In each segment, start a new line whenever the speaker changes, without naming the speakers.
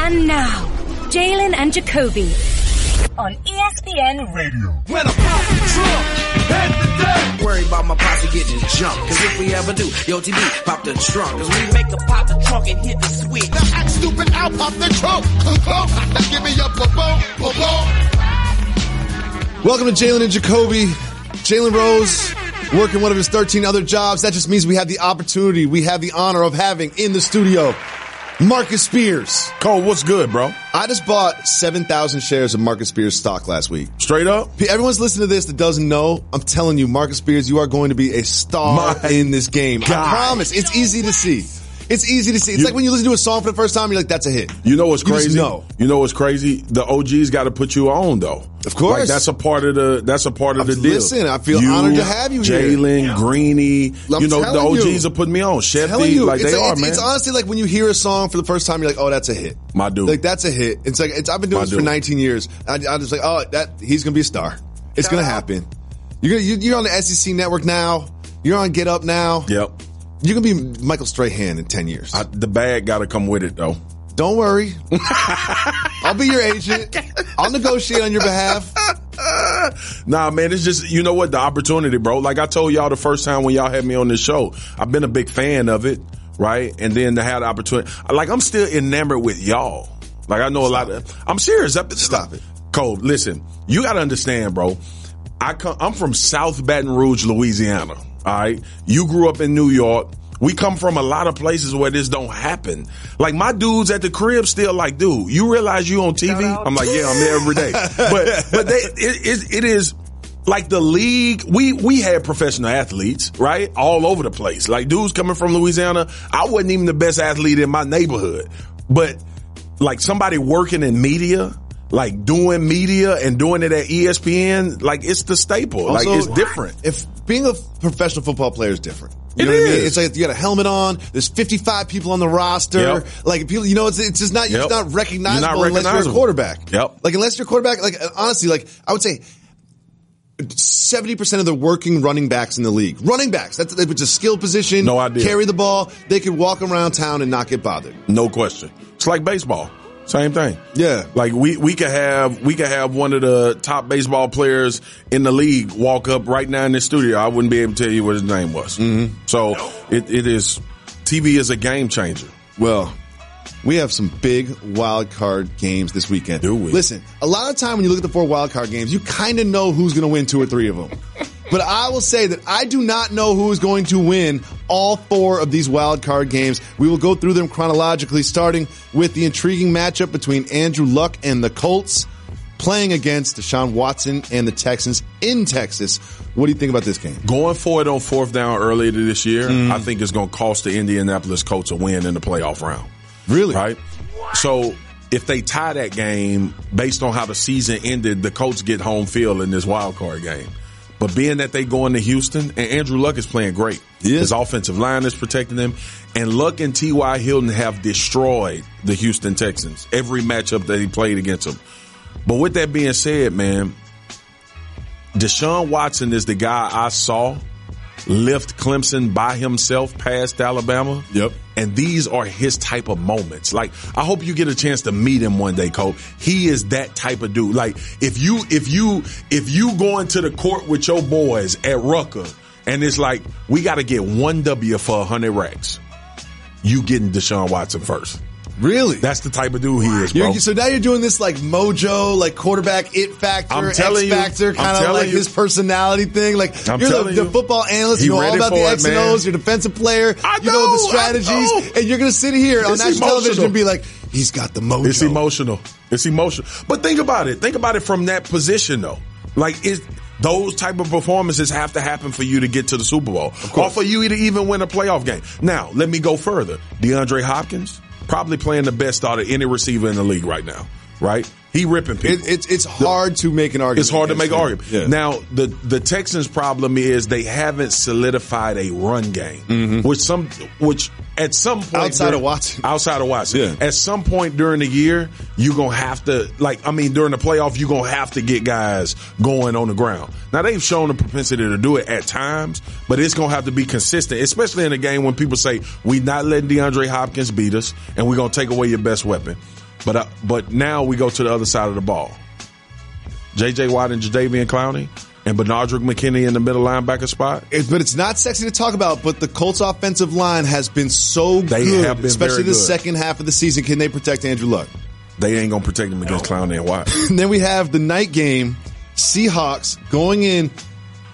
And now, Jalen and Jacoby on E ESPN
Radio.
When I'm out the truck, head to deck.
Worry about my posse getting jumped. Cause if we ever do, yo TB, pop the trunk. Cause we
Make a pop the trunk and hit the switch.
Now act stupid, I'll pop the trunk. Oh, now give me a boom, boom, boom.
Welcome to Jalen and Jacoby. Jalen Rose working one of his 13 other jobs. That just means we have the opportunity, we have the honor of having in the studio Marcus Spears.
Cole, what's good, bro?
I just bought 7,000 shares of Marcus Spears stock last week.
Straight up?
P- Everyone's listening to this that doesn't know. I'm telling you, Marcus Spears, you are going to be a star
My
in this game. I
God.
promise. It's easy to see. It's easy to see. It's
You-
like when you listen to a song for the first time, you're like, that's a hit.
You know what's
You just
crazy?
know.
You know what's crazy? The OGs got to put you on though.
Of course.
Like, that's a part of the that's a part of the deal.
Listen, I feel
You,
honored to have you here.
Jalen, Greeny,
I'm
you know the
telling
OGs
you.
are putting me on.
telling
Shefty,
you,
like
it's,
they
like-
are,
it's-
man.
it's honestly like when you hear a song for the first time, you're like, oh, that's a hit.
My dude.
Like, that's a hit. It's like, it's, I've been doing
My
this for
dude.
19 years. I, I'm just like, oh, that, he's going to be a star. It's going to happen. You're, gonna, you, you're on the SEC network now. You're on Get Up now.
yep.
You're going to be Michael Strahan in 10 years.
I, the bag got to come with it though.
Don't worry. I'll be your agent. I'll negotiate on your behalf.
Nah, man, it's just you know what the opportunity, bro. Like I told y'all the first time when y'all had me on this show, I've been a big fan of it, right? And then to have the opportunity, like I'm still enamored with y'all. Like I know a lot of. I'm serious. Up
Stop it.
Cole. Listen, you got to understand, bro. I come. I'm from South Baton Rouge, Louisiana. All right, you grew up in New York. We come from a lot of places where this don't happen. Like my dudes at the crib still like, dude, you realize you on TV? I'm like, yeah, I'm there every day. But but they it, it, it is like the league, we we had professional athletes, right? All over the place. Like dudes coming from Louisiana, I wasn't even the best athlete in my neighborhood. But like somebody working in media, like doing media and doing it at E ESPN, like it's the staple.
Also,
like it's different.
If being a professional football player is different. You
It
know what I mean?
is.
It's like you got a helmet on. There's 55 people on the roster.
Yep.
Like people, you know, it's, it's just not you're
Yep.
just not recognizable,
You're not
unless you're a
recognizable.
quarterback.
Yep.
Like unless you're a quarterback. Like honestly, like I would say. 70% of the working running backs in the league. Running backs, that's it's a skill position.
No idea.
Carry the ball. They could walk around town and not get bothered.
No question. It's like baseball. Same thing.
Yeah.
Like we we could have we could have one of the top baseball players in the league walk up right now in the studio. I wouldn't be able to tell you what his name was. Mm-hmm. So it, it is TV is a game changer.
Well, we have some big wild card games this weekend.
Do we?
Listen, a lot of time when you look at the four wild card games, you kind of know who's going to win two or three of them. But I will say that I do not know who is going to win all four of these wild card games. We will go through them chronologically, starting with the intriguing matchup between Andrew Luck and the Colts playing against Deshaun Watson and the Texans in Texas. What do you think about this game?
Going for it on fourth down earlier this year, I think it's going to cost the Indianapolis Colts a win in the playoff round.
Really?
Right? So if they tie that game based on how the season ended, the Colts get home field in this wild card game. But being that they go into Houston and Andrew Luck is playing great.
Yeah.
His offensive line is protecting them. And Luck and T.Y. Hilton have destroyed the Houston Texans every matchup that he played against them. But with that being said, man, Deshaun Watson is the guy I saw lift Clemson by himself past Alabama.
Yep.
And these are his type of moments. Like, I hope you get a chance to meet him one day, Cole. He is that type of dude. Like, if you, if you, if you going to the court with your boys at Rucker and it's like, we got to get one W for a hundred racks, you getting Deshaun Watson first.
Really?
That's the type of dude he is, bro.
You're, so now you're doing this like mojo, like quarterback it factor,
I'm
X
telling you.
factor,
I'm
kind of
telling
like
you.
his personality thing. Like
I'm
you're the,
telling
the
you.
football analyst,
He
you know all
ready
about the
for it,
X and
man.
O's. You're a defensive player.
I
you know the
know, I
strategies,
know.
and you're gonna sit here on
It's
national television
emotional.
and be like, he's got the mojo.
It's emotional. It's emotional. But think about it. Think about it from that position though. Like it those type of performances have to happen for you to get to the Super Bowl. or for you to even win a playoff game. Now, let me go further. DeAndre Hopkins, probably playing the best out of any receiver in the league right now. Right? He ripping people.
It, it's it's hard to make an argument.
It's hard to make an
against
argument.
him. Yeah.
Now, the the Texans' problem is they haven't solidified a run game, which some which at some point
Mm-hmm. Outside
dur-
of Watson.
outside of Watson,
Yeah.
at some point during the year, you're gonna have to like I mean during the playoff, you're gonna have to get guys going on the ground. Now they've shown a propensity to do it at times, but it's gonna have to be consistent, especially in a game when people say we not letting DeAndre Hopkins beat us, and we're gonna take away your best weapon. But uh, but now we go to the other side of the ball. J.J. Watt and Jadavian Clowney and Bernardrick McKinney in the middle linebacker spot.
It, but it's not sexy to talk about. But the Colts' offensive line has been so
They
good,
have been
especially
very
the
good.
second half of the season. Can they protect Andrew Luck?
They ain't gonna protect him against Clowney and Watt.
And then we have the night game, Seahawks going in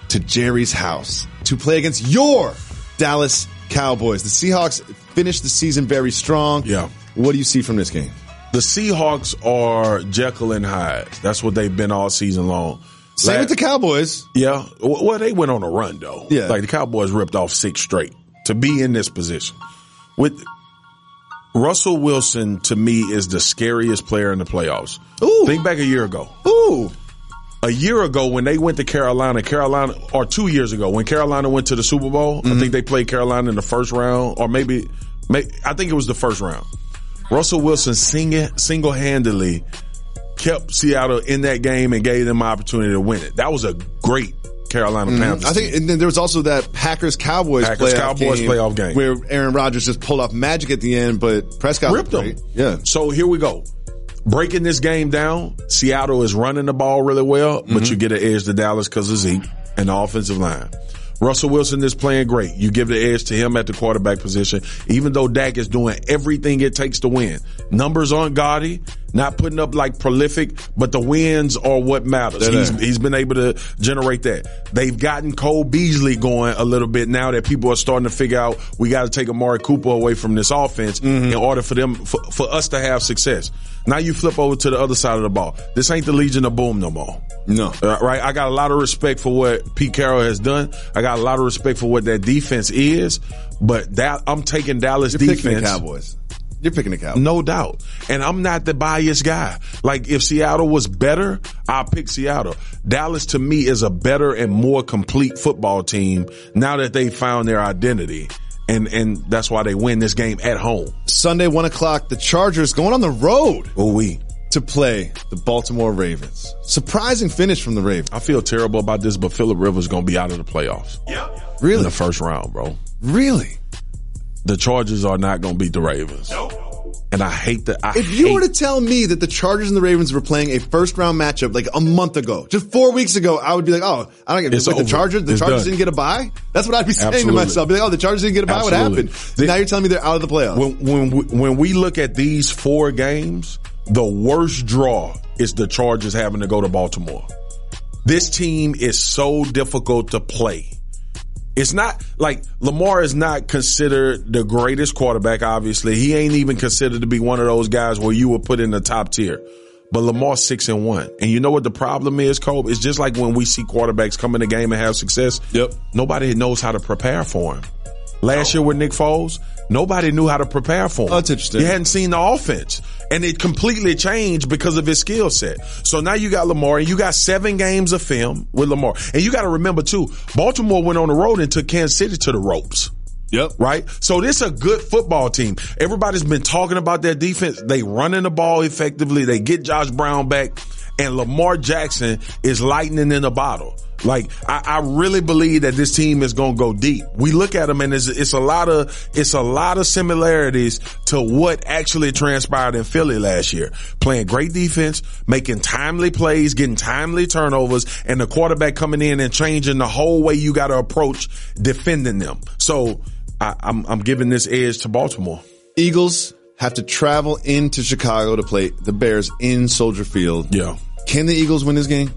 to Jerry's house to play against your Dallas Cowboys. The Seahawks finished the season very strong.
Yeah.
What do you see from this game?
The Seahawks are Jekyll and Hyde. That's what they've been all season long.
Same
La-
with the Cowboys.
Yeah. W- Well, they went on a run though.
Yeah.
Like the Cowboys ripped off six straight to be in this position. With Russell Wilson, to me, is the scariest player in the playoffs.
Ooh.
Think back a year ago.
Ooh.
A year ago when they went to Carolina, Carolina, or two years ago when Carolina went to the Super Bowl,
Mm-hmm.
I think they played Carolina in the first round, or maybe, may, I think it was the first round. Russell Wilson sing, single handedly kept Seattle in that game and gave them an opportunity to win it. That was a great Carolina Panthers.
Mm-hmm. I
team.
think, and then there was also that Packers Cowboys
Packers
playoff
Cowboys
game
playoff game.
where Aaron Rodgers just pulled off magic at the end, but Prescott
ripped
looked
them.
great. Yeah.
So here we go. Breaking this game down, Seattle is running the ball really well, but you get an edge to Dallas because of Zeke and the offensive line. Russell Wilson is playing great. You give the edge to him at the quarterback position, even though Dak is doing everything it takes to win. Numbers aren't gaudy, not putting up like prolific, but the wins are what matters.
They're
He's,
there.
he's been able to generate that. They've gotten Cole Beasley going a little bit now that people are starting to figure out we got to take Amari Cooper away from this offense
Mm-hmm.
in order for them for, for us to have success. Now you flip over to the other side of the ball. This ain't the Legion of Boom no more.
No.
Uh, right? I got a lot of respect for what Pete Carroll has done. I got a lot of respect for what that defense is, but that I'm taking Dallas
You're picking the
defense.
Cowboys. You're picking the Cowboys.
No doubt. And I'm not the biased guy. Like if Seattle was better, I'll pick Seattle. Dallas to me is a better and more complete football team now that they found their identity. And and that's why they win this game at home.
Sunday, one o'clock, the Chargers going on the road
Ooh we.
to play the Baltimore Ravens. Surprising finish from the Ravens.
I feel terrible about this, but Phillip Rivers gonna be out of the playoffs in
Really?
the first round, bro.
Really?
The Chargers are not gonna beat the Ravens. And I hate that. I
If you
hate-
were to tell me that the Chargers and the Ravens were playing a first round matchup like a month ago, just four weeks ago, I would be like, oh, I don't get it's
It's
like the
over.
Chargers. The
It's
Chargers
done.
didn't get a bye. That's what I'd be saying
Absolutely.
to myself. Be like, oh, the Chargers didn't get a bye.
Absolutely.
What happened?
They-
now you're telling me they're out of the playoffs.
when when we, when we look at these four games, the worst draw is the Chargers having to go to Baltimore. This team is so difficult to play. It's not like Lamar is not considered the greatest quarterback, obviously. He ain't even considered to be one of those guys where you were put in the top tier. But Lamar's six and one. And you know what the problem is, Kobe? It's just like when we see quarterbacks come in the game and have success.
Yep.
Nobody knows how to prepare for him. Last year with Nick Foles, nobody knew how to prepare for him.
Oh, that's interesting.
You hadn't seen the offense. And it completely changed because of his skill set. So now you got Lamar and you got seven games of film with Lamar. And you got to remember too, Baltimore went on the road and took Kansas City to the ropes.
yep.
Right? So this a good football team. Everybody's been talking about their defense. They running the ball effectively. They get Josh Brown back and Lamar Jackson is lightning in a bottle. Like I, I really believe that this team is going to go deep. We look at them and it's, it's a lot of, it's a lot of similarities to what actually transpired in Philly last year. Playing great defense, making timely plays, getting timely turnovers, and the quarterback coming in and changing the whole way you got to approach defending them. So I, I'm, I'm giving this edge to Baltimore.
Eagles have to travel into Chicago to play the Bears in Soldier Field.
Yeah.
Can the Eagles win this game?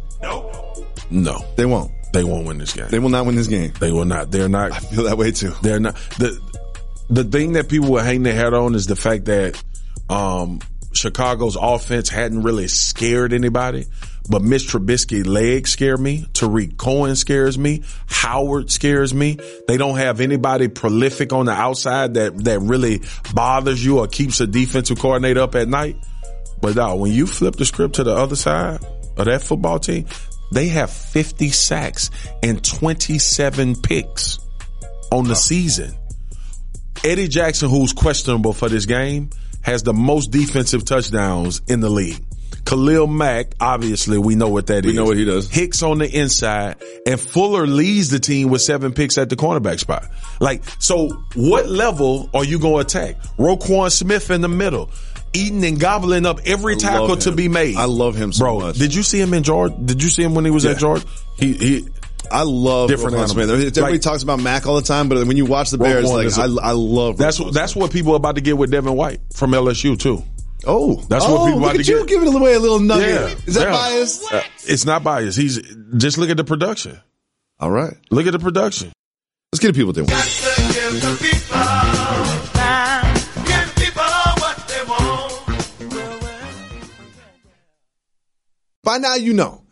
No,
They won't.
they won't win this game.
They will not win this game.
They will not. They're not.
I feel that way too.
They're not the the thing that people would hang their head on is the fact that um Chicago's offense hadn't really scared anybody. But Mitch Trubisky legs scare me. Tariq Cohen scares me. Howard scares me. They don't have anybody prolific on the outside that that really bothers you or keeps a defensive coordinator up at night. But now, when you flip the script to the other side of that football team, they have 50 sacks and 27 picks on the season. Eddie Jackson, who's questionable for this game, has the most defensive touchdowns in the league. Khalil Mack, obviously, we know what that is.
know what he does.
Hicks on the inside, and Fuller leads the team with seven picks at the cornerback spot. Like, so what level are you going to attack? Roquan Smith in the middle. eating and gobbling up every
I
tackle
love
to
him.
be made.
I love him so
bro.
much.
Did you see him in George? Did you see him when he was
Yeah.
at George? He he.
I love
Different
Roquan
animal.
Smith. Everybody
Like-
talks about Mac all the time, but when you watch the Bears,
Roquan
like
is a-
I I love.
That's
Roquan
what that's what people are about to get with Devin White from LSU too.
Oh,
That's what
Oh,
people
look
about
at
to
you
get.
giving away a little nugget.
Yeah.
Is that
Yeah.
biased?
Uh, it's not biased. He's just look at the production.
All right,
Look at the production.
let's get the people what they want. By now, you know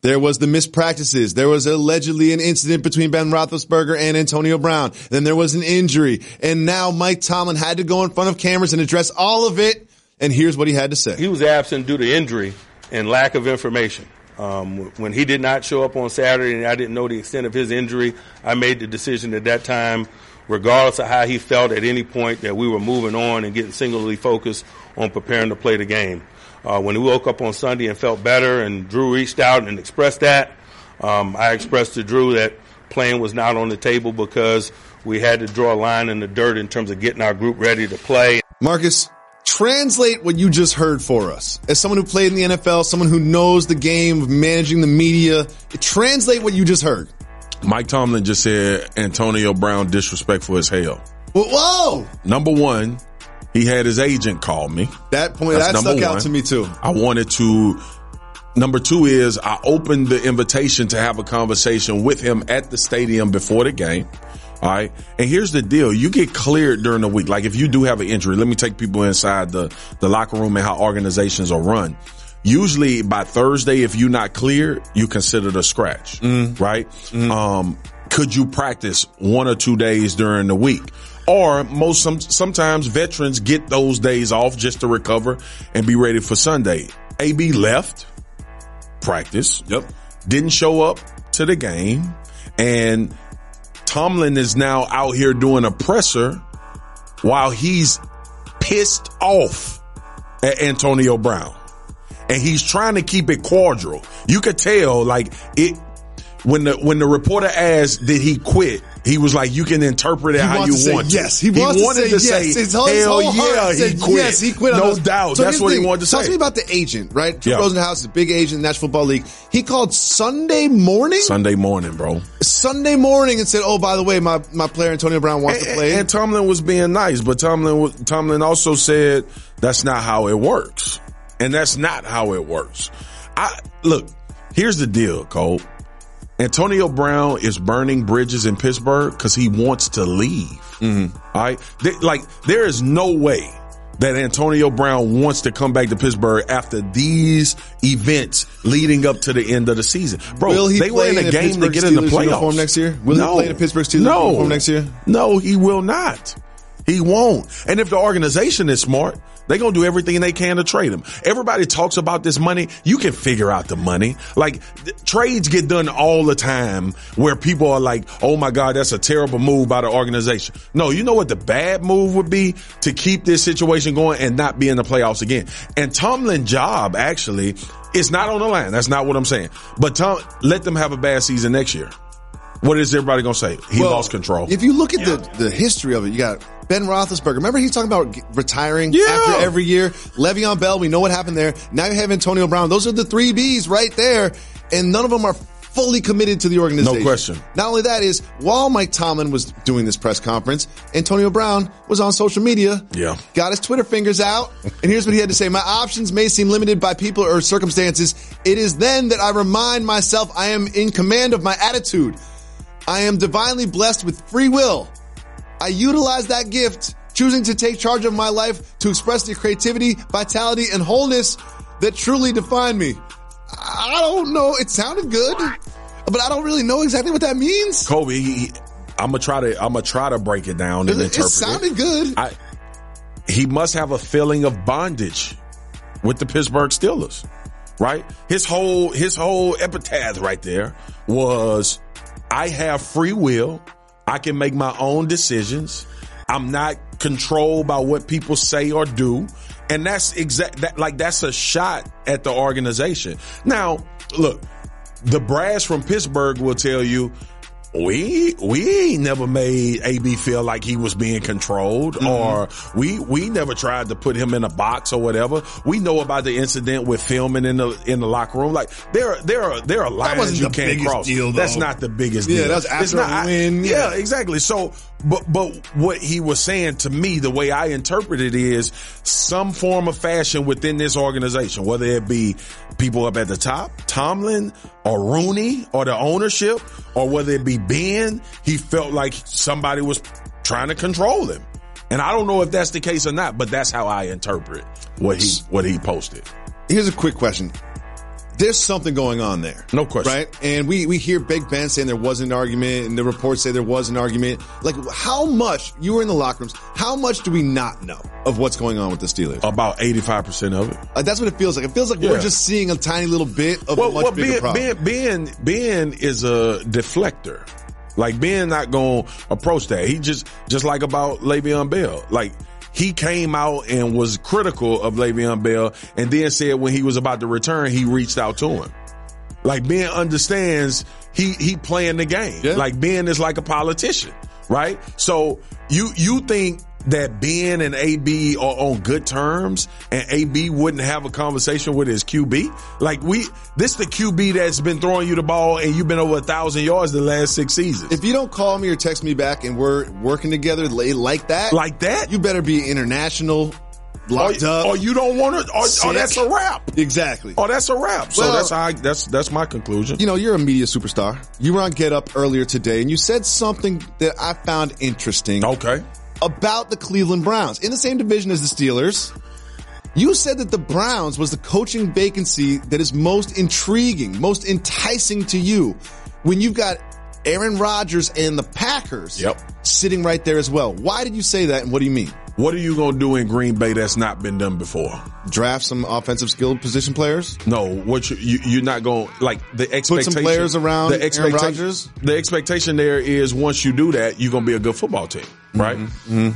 there was the mispractices. There was allegedly an incident between Ben Roethlisberger and Antonio Brown. Then there was an injury, and now Mike Tomlin had to go in front of cameras and address all of it. And here's what he had to say.
He was absent due to injury and lack of information. Um, w- when he did not show up on Saturday and I didn't know the extent of his injury, I made the decision at that time, regardless of how he felt at any point, that we were moving on and getting singularly focused on preparing to play the game. Uh, when he woke up on Sunday and felt better and Drew reached out and expressed that, um, I expressed to Drew that playing was not on the table because we had to draw a line in the dirt in terms of getting our group ready to play.
Marcus, translate what you just heard for us. As someone who played in the NFL, someone who knows the game of managing the media, translate what you just heard.
Mike Tomlin just said Antonio Brown disrespectful as hell.
Whoa, Whoa!
Number one, he had his agent call me.
That point
That's
that
number
stuck out
one.
to me too.
I wanted to. Number two is I opened the invitation to have a conversation with him at the stadium before the game. All right. And here's the deal. You get cleared during the week. Like if you do have an injury, let me take people inside the, the locker room and how organizations are run. Usually by Thursday, if you're not cleared, you considered a scratch, right? Um, could you practice one or two days during the week? Or most some, sometimes veterans get those days off just to recover and be ready for Sunday. AB left practice. Yep. Didn't show up to the game. And Tomlin is now out here doing a presser while he's pissed off at Antonio Brown. And he's trying to keep it cordial. You could tell, like, it, when the, when the reporter asked, did he quit? He was like, you can interpret it
He
how
wants
you
to say
want
yes. He wants to
wanted
say yes. His whole-
hell
his whole heart
yeah, he
said
quit.
yes, he quit on
No
us.
doubt.
So here's
That's
the
what he
thing.
wanted to
Tell
say.
me about the agent, right? Drew
Yeah.
Rosenhaus is a big agent in the National Football League. He called Sunday morning,
Sunday morning, bro.
Sunday morning, and said, "Oh, by the way, my my player Antonio Brown wants to
And-
play."
And, and Tomlin was being nice, but Tomlin was- Tomlin also said that's not how it works, and that's not how it works. I look. Here's the deal, Cole. Antonio Brown is burning bridges in Pittsburgh because he wants to leave.
Mm-hmm.
All right, They- like there is no way that Antonio Brown wants to come back to Pittsburgh after these events leading up to the end of the season, bro.
Will he
they were
play
in
in
a
a
game to
Pittsburgh
get in the
Steelers
playoffs
uniform next year? Will he play in a Pittsburgh Steelers uniform next year?
no, he will not. He won't. And if the organization is smart, they're going to do everything they can to trade him. Everybody talks about this money. You can figure out the money. Like th- trades get done all the time where people are like, Oh my God, that's a terrible move by the organization. No, you know what the bad move would be to keep this situation going and not be in the playoffs again. And Tomlin's job actually is not on the line. That's not what I'm saying, but Tom, let them have a bad season next year. What is everybody going to say? He
Well,
lost control.
If you look at the, the history of it, you got Ben Roethlisberger. Remember he's talking about g- retiring
Yeah.
after every year. Le'Veon Bell, we know what happened there. Now you have Antonio Brown. Those are the three Bs right there, and none of them are fully committed to the organization.
No question.
Not only that is while Mike Tomlin was doing this press conference, Antonio Brown was on social media.
Yeah.
got his Twitter fingers out, and here's what he had to say: My options may seem limited by people or circumstances. It is then that I remind myself I am in command of my attitude. I am divinely blessed with free will. I utilize that gift, choosing to take charge of my life to express the creativity, vitality, and wholeness that truly define me. I don't know. It sounded good, but I don't really know exactly what that means.
Kobe, he, he, I'm gonna try to I'm gonna try to break it down and
It, it
interpret it.
sounded good.
I, he must have a feeling of bondage with the Pittsburgh Steelers, right? His whole his whole epitaph right there was, "I have free will. I can make my own decisions. I'm not controlled by what people say or do." And that's exact that like that's a shot at the organization. Now, look, the brass from Pittsburgh will tell you we we ain't never made AB feel like he was being controlled,
Mm-hmm.
or we we never tried to put him in a box or whatever. We know about the incident with filming in the in the locker room. Like there are there are there are lines
wasn't
you
the
can't
biggest
cross.
deal,
that's
though.
not the biggest
Yeah,
deal.
that's
It's
after a
not-
win,
I-
yeah.
yeah, exactly. So, but but what he was saying to me, the way I interpret it is some form of fashion within this organization, whether it be people up at the top, Tomlin or Rooney or the ownership, or whether it be Ben, he felt like somebody was trying to control him. And I don't know if that's the case or not, but that's how I interpret what he what he posted.
Here's a quick question. There's something going on there.
No question.
Right? And we, we hear Big Ben saying there was an argument and the reports say there was an argument. Like how much you were in the locker rooms, how much do we not know of what's going on with the Steelers?
About eighty five percent of it.
Like, that's what it feels like. It feels like
Yeah.
we're just seeing a tiny little bit of a much bigger
ben,
problem.
Ben, ben, ben is a deflector. Like Ben not gonna approach that. He just just like about Le'Veon Bell. Like he came out and was critical of Le'Veon Bell, and then said when he was about to return, he reached out to him. Like Ben understands he he playing the game.
Yeah.
Like Ben is like a politician, right? So you you think that Ben and AB are on good terms and AB wouldn't have a conversation with his QB? Like we this the QB that's been throwing you the ball and you've been over a thousand yards the last six seasons.
if you don't call me or text me back and we're working together li- like that,
like that,
you better be international,
or,
locked up.
or you don't want to, or, or
sick.
that's a wrap.
exactly.
Or that's a wrap. So
Well-
that's how I, that's that's my conclusion.
you know, you're a media superstar. You were on Get Up earlier today and you said something that I found interesting
Okay.
about the Cleveland Browns in the same division as the Steelers. You said that the Browns was the coaching vacancy that is most intriguing, most enticing to you when you've got Aaron Rodgers and the Packers
Yep.
sitting right there as well. Why did you say that and what do you mean?
What are you gonna do in Green Bay that's not been done before?
Draft some offensive skilled position players?
No, what you, you you're not going like the expectation.
players around Aaron
expecta-
Rodgers?
The expectation there is once you do that, you're gonna be a good football team, right?
Mm-hmm.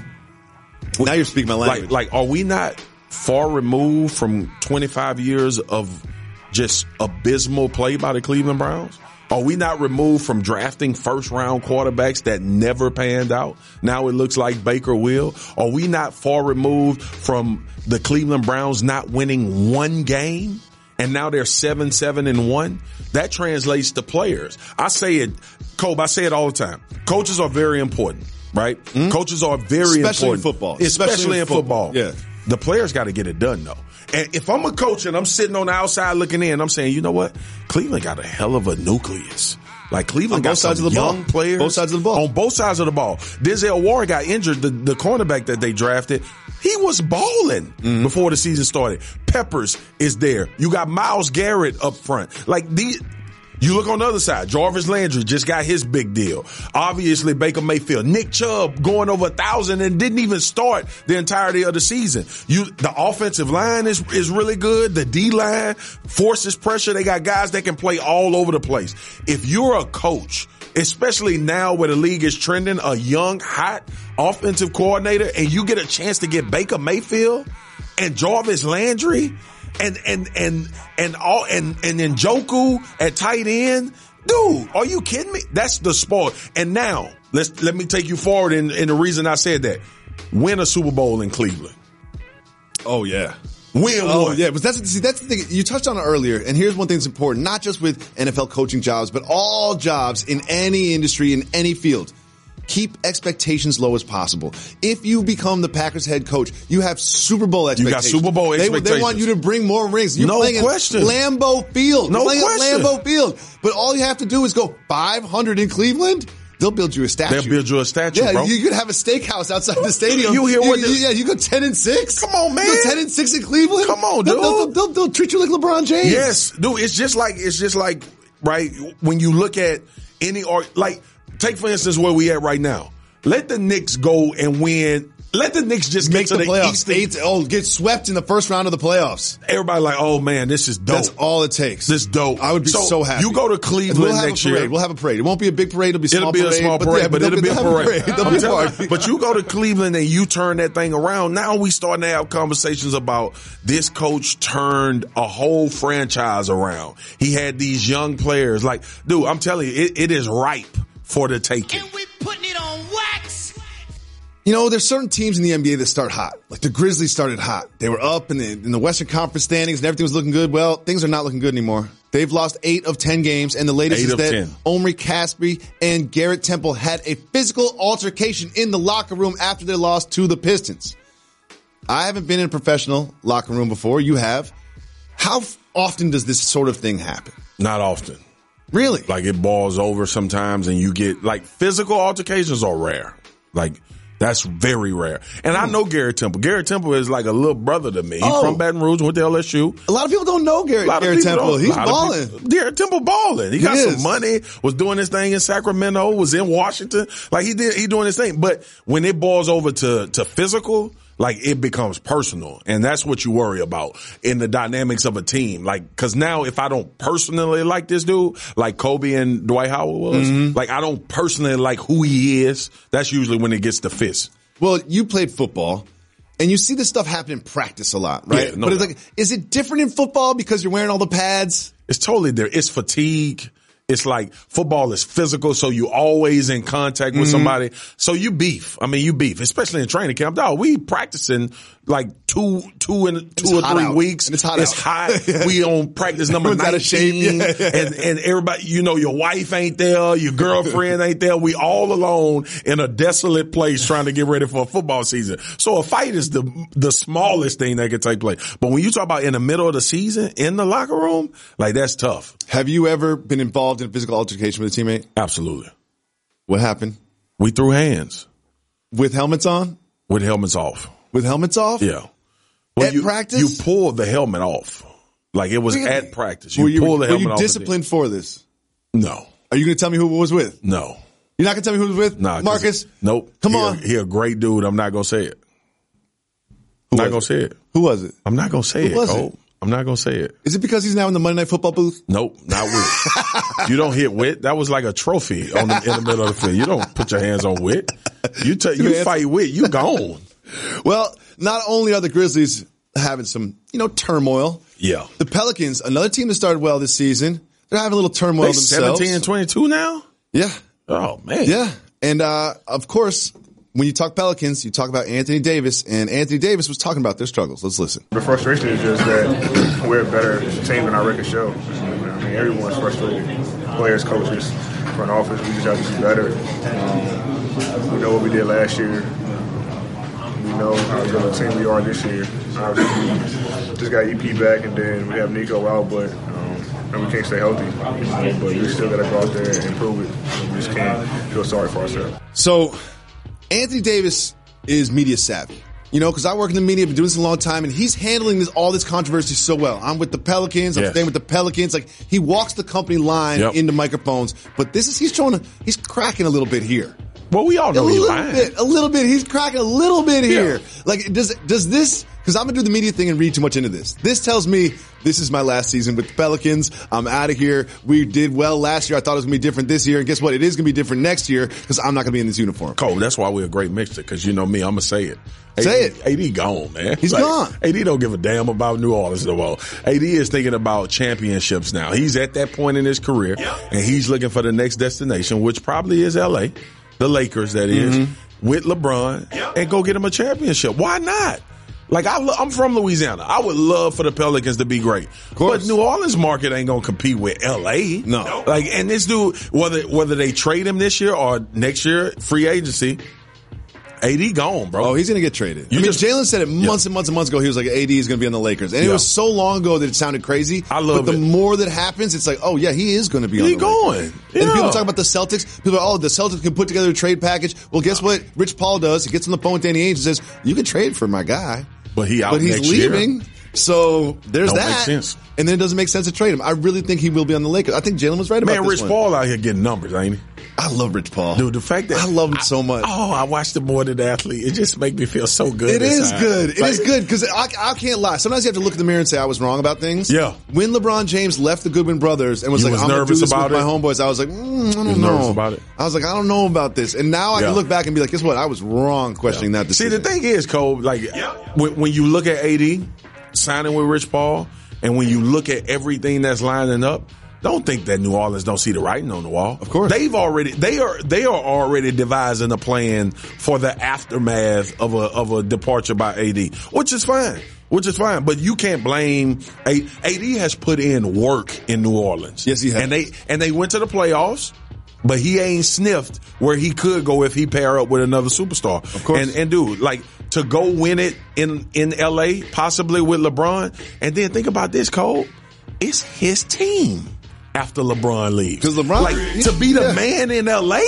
now you're speaking my language.
Like like are we not far removed from 25 years of just abysmal play by the Cleveland Browns? Are we not removed from drafting first round quarterbacks that never panned out? Now it looks like Baker will. Are we not far removed from the Cleveland Browns not winning one game? and now they're seven, seven, and one. That translates to players. I say it, Kobe. I say it all the time. Coaches are very important, right? Coaches are very
Especially in
important,
football.
especially,
Especially in
in football.
football. Yeah.
the players got to get it done though. And if I'm a coach and I'm sitting on the outside looking in, I'm saying, you know what? Cleveland got a hell of a nucleus. Like Cleveland
On
got
both sides
some
of the ball.
young players,
Both sides of the ball.
on both sides of the ball. Denzel Warren got injured. The, the cornerback that they drafted, he was balling before the season started. Peppers is there. You got Miles Garrett up front. Like the, you look on the other side. Jarvis Landry just got his big deal. Obviously, Baker Mayfield, Nick Chubb going over a thousand and didn't even start the entirety of the season. You, the offensive line is is really good. The D line forces pressure. They got guys that can play all over the place. If you're a coach especially now where the league is trending, a young, hot offensive coordinator, and you get a chance to get Baker Mayfield and Jarvis Landry and and and and all and and then Joku at tight end. Dude, are you kidding me? That's the sport. And now let's let me take you forward in, in the reason I said that. Win a Super Bowl in Cleveland.
oh yeah.
Win
Oh
one.
yeah, but that's see that's the thing you touched on it earlier, and here's one thing that's important: not just with NFL coaching jobs, but all jobs in any industry in any field. Keep expectations low as possible. If you become the Packers head coach, you have Super Bowl
got
expectations.
Super Bowl
They- They, want
expectations.
you to bring more rings. You're
No
playing at
question.
Lambeau Field. You're
No
playing at
question.
Lambeau Field. But all you have to do is go 500 in Cleveland. They'll build you a statue.
They'll build you a statue,
Yeah,
bro.
you could have a steakhouse outside the stadium.
You hear what
You,
the-
yeah, you go 10 and six.
Come on, man.
You go 10 and six in Cleveland.
Come on,
They'll-
dude.
They'll, they'll- they'll treat you like LeBron James.
Yes, dude. It's just like it's just like right when you look at any or like take for instance where we at right now. Let the Knicks go and win. Let the Knicks just
Make
get to
the
the,
playoffs.
East.
Eight, oh, get swept in the first round of the playoffs.
Everybody like, oh man, this is dope.
That's all it takes.
This dope.
I would be so, happy.
You go to Cleveland
we'll have
next
a parade.
year.
We'll have a parade. It won't be a big parade. It'll be a small
It'll be
parade.
a small
but yeah,
parade, but,
they'll-
it'll be a
they'll have
parade.
There'll
I'm
be a
telling
party.
you, But you go to Cleveland and you turn that thing around. Now we starting to have conversations about this coach turned a whole franchise around. He had these young players. Like, dude, I'm telling you, it, it is ripe for the taking.
we putting it on wax.
You know, there's certain teams in the NBA that start hot. Like the Grizzlies started hot. They were up in the, in the Western Conference standings and everything was looking good. Well, things are not looking good anymore. They've lost eight of 10 games and the latest
Eight
is
of
that
10.
Omri Caspi and Garrett Temple had a physical altercation in the locker room after their loss to the Pistons. I haven't been in a professional locker room before. You have. How f- often does this sort of thing happen?
Not often.
Really?
Like it balls over sometimes and you get like physical altercations are rare. Like that's very rare. And I know Garrett Temple. Garrett Temple is like a little brother to me. He's
Oh.
from Baton Rouge, went to LSU.
a lot of people don't know Garrett,
A lot of
Garrett
people
Temple.
don't-
He's
a lot of
balling.
people- Garrett Temple balling. He got
He is.
some money. Was doing his thing in Sacramento. Was in Washington. Like he did. He doing his thing. But when it boils over to to physical, like it becomes personal, and that's what you worry about in the dynamics of a team. Like because now, if I don't personally like this dude, like Kobe and Dwight Howard was,
Mm-hmm.
like I don't personally like who he is. That's usually when it gets the fist.
Well, you played football and you see this stuff happen in practice a lot, right?
Yeah, no
but it's
doubt.
like, is it different in football because you're wearing all the pads?
It's totally there. It's fatigue. It's like football is physical, so you always in contact
Mm-hmm.
with somebody. So you beef. I mean, you beef, especially in training camp. Dog, we practicing like two, two and two or
hot
three
out.
weeks.
And it's hot
It's
out.
hot. We on practice number
Everyone's out of shape.
nineteen,
Yeah.
and and everybody, you know, your wife ain't there, your girlfriend ain't there. We all alone in a desolate place trying to get ready for a football season. So a fight is the the smallest thing that could take place. But when you talk about in the middle of the season in the locker room, like that's tough.
Have you ever been involved in a physical altercation with a teammate?
Absolutely.
What happened?
We threw hands
With helmets on?
with helmets off.
With helmets off?
Yeah. Well,
At
you,
practice?
you pulled the helmet off. Like it was
Really?
at practice.
Were you,
pulled the
were
helmet
you
off. the-
disciplined for this?
No,
Are you going to tell me who it was with?
no,
You're not going to tell me who it was with?
nah. 'cause-
Marcus?
Nope.
Come
He a-
on.
he a great dude. I'm not gonna say it. I'm
was
not gonna say it.
Who was it?
I'm not gonna say
Who
it.
was it?
Cole. I'm not gonna say it.
Is it because he's now in the Monday Night Football booth?
Nope, not wit. you don't hit wit. That was like a trophy on the, in the middle of the field. You don't put your hands on wit. You t- you
hands.
fight wit. You gone.
Well, not only are the Grizzlies having some, you know, turmoil.
Yeah.
The Pelicans, another team that started well this season, they're having a little turmoil
They
themselves.
17 and 22 now.
Yeah.
Oh man.
Yeah. And uh, of course, when you talk Pelicans, you talk about Anthony Davis, and Anthony Davis was talking about their struggles. Let's listen.
The frustration is just that we're a better team than our record shows. I mean, everyone's frustrated. Players, coaches, front office, we just have to be better. Um, we know what we did last year. We know how good a team we are this year. Obviously, we just got EP back, and then we have Nico out, but um, and we can't stay healthy. Um, but we still got to go out there and improve it. We just can't feel sorry for ourselves.
So, Anthony Davis is media savvy. You know, because I work in the media, been doing this a long time, and he's handling this all this controversy so well. I'm with the Pelicans. I'm
Yes.
staying with the Pelicans. Like he walks the company line
Yep.
into microphones, but this is he's trying to he's cracking a little bit here.
Well, we all
a
know he
little
lying.
bit, a little bit. He's cracking a little bit here. Like, does does this? Because I'm gonna do the media thing and read too much into this. This tells me this is my last season with the Pelicans. I'm out of here. We did well last year. I thought it was gonna be different this year, and guess what? It is gonna be different next year because I'm not gonna be in this uniform.
Cole, that's why we're a great mixture. Cause you know me, I'm gonna say it. AD,
Say it.
AD gone, man.
He's gone.
AD don't give a damn about New Orleans no more. AD is thinking about championships now. He's at that point in his career and he's looking for the next destination, which probably is LA, the Lakers, that is,
Mm-hmm.
with LeBron and go get him a championship. Why not? Like I, lo- I'm from Louisiana. I would love for the Pelicans to be great,
course.
but New Orleans market ain't gonna compete with L.A.
No.
like and this dude, whether whether they trade him this year or next year, free agency, AD gone, bro.
Oh, he's gonna get traded.
You
I mean,
just-
Jalen said it months and months and months ago. He was like, "AD is gonna be on the Lakers," and it
Yeah.
was so long ago that it sounded crazy.
I love
But the
it.
more that happens, it's like, "Oh yeah, he is gonna be on
He
the
going.
Lakers. And people
Yeah.
talk about the Celtics. People are, "Oh, the Celtics can put together a trade package." Well, guess what? Rich Paul does. He gets on the phone with Danny Ainge and says, "You can trade for my guy,
But he out
but he's
next
leaving."
year.
So there's
Don't make
that.
sense.
And then it doesn't make sense to trade him. I really think he will be on the Lakers. I think Jalen was right about
Man,
this
Rich
one.
Paul out here getting numbers, ain't he?
I love Rich Paul,
Dude, the fact that
I love him so much.
Oh, I watched him more than the athlete. It just make me feel so good.
It is
inside.
good. It is
Like,
good because I, I can't lie. Sometimes you have to look in the mirror and say I was wrong about things.
Yeah.
When LeBron James left the Goodwin Brothers and was
You
like,
was
"I'm gonna do
nervous
this
about
with
it?
my homeboys," I was like, mm, "I don't
was
know
nervous about it?
I was like, "I don't know about this," and now I
Yeah.
can look back and be like, "Guess what? I was wrong questioning that
See,
decision."
the thing is, Cole, like when, when you look at AD signing with Rich Paul, and when you look at everything that's lining up, Don't think that New Orleans don't see the writing on the wall. Of
course.
they've already they are they are already devising a plan for the aftermath of a of a departure by AD, which is fine, which is fine. But you can't blame A- AD has put in work in New Orleans.
Yes, he has.
And they and they went to the playoffs. But he ain't sniffed where he could go if he pair up with another superstar. Of
course.
And and dude, like to go win it in in LA, possibly with LeBron, and then think about this, Cole. It's his team after LeBron leaves.
'Cause LeBron-
like to be the
Yeah.
man in LA.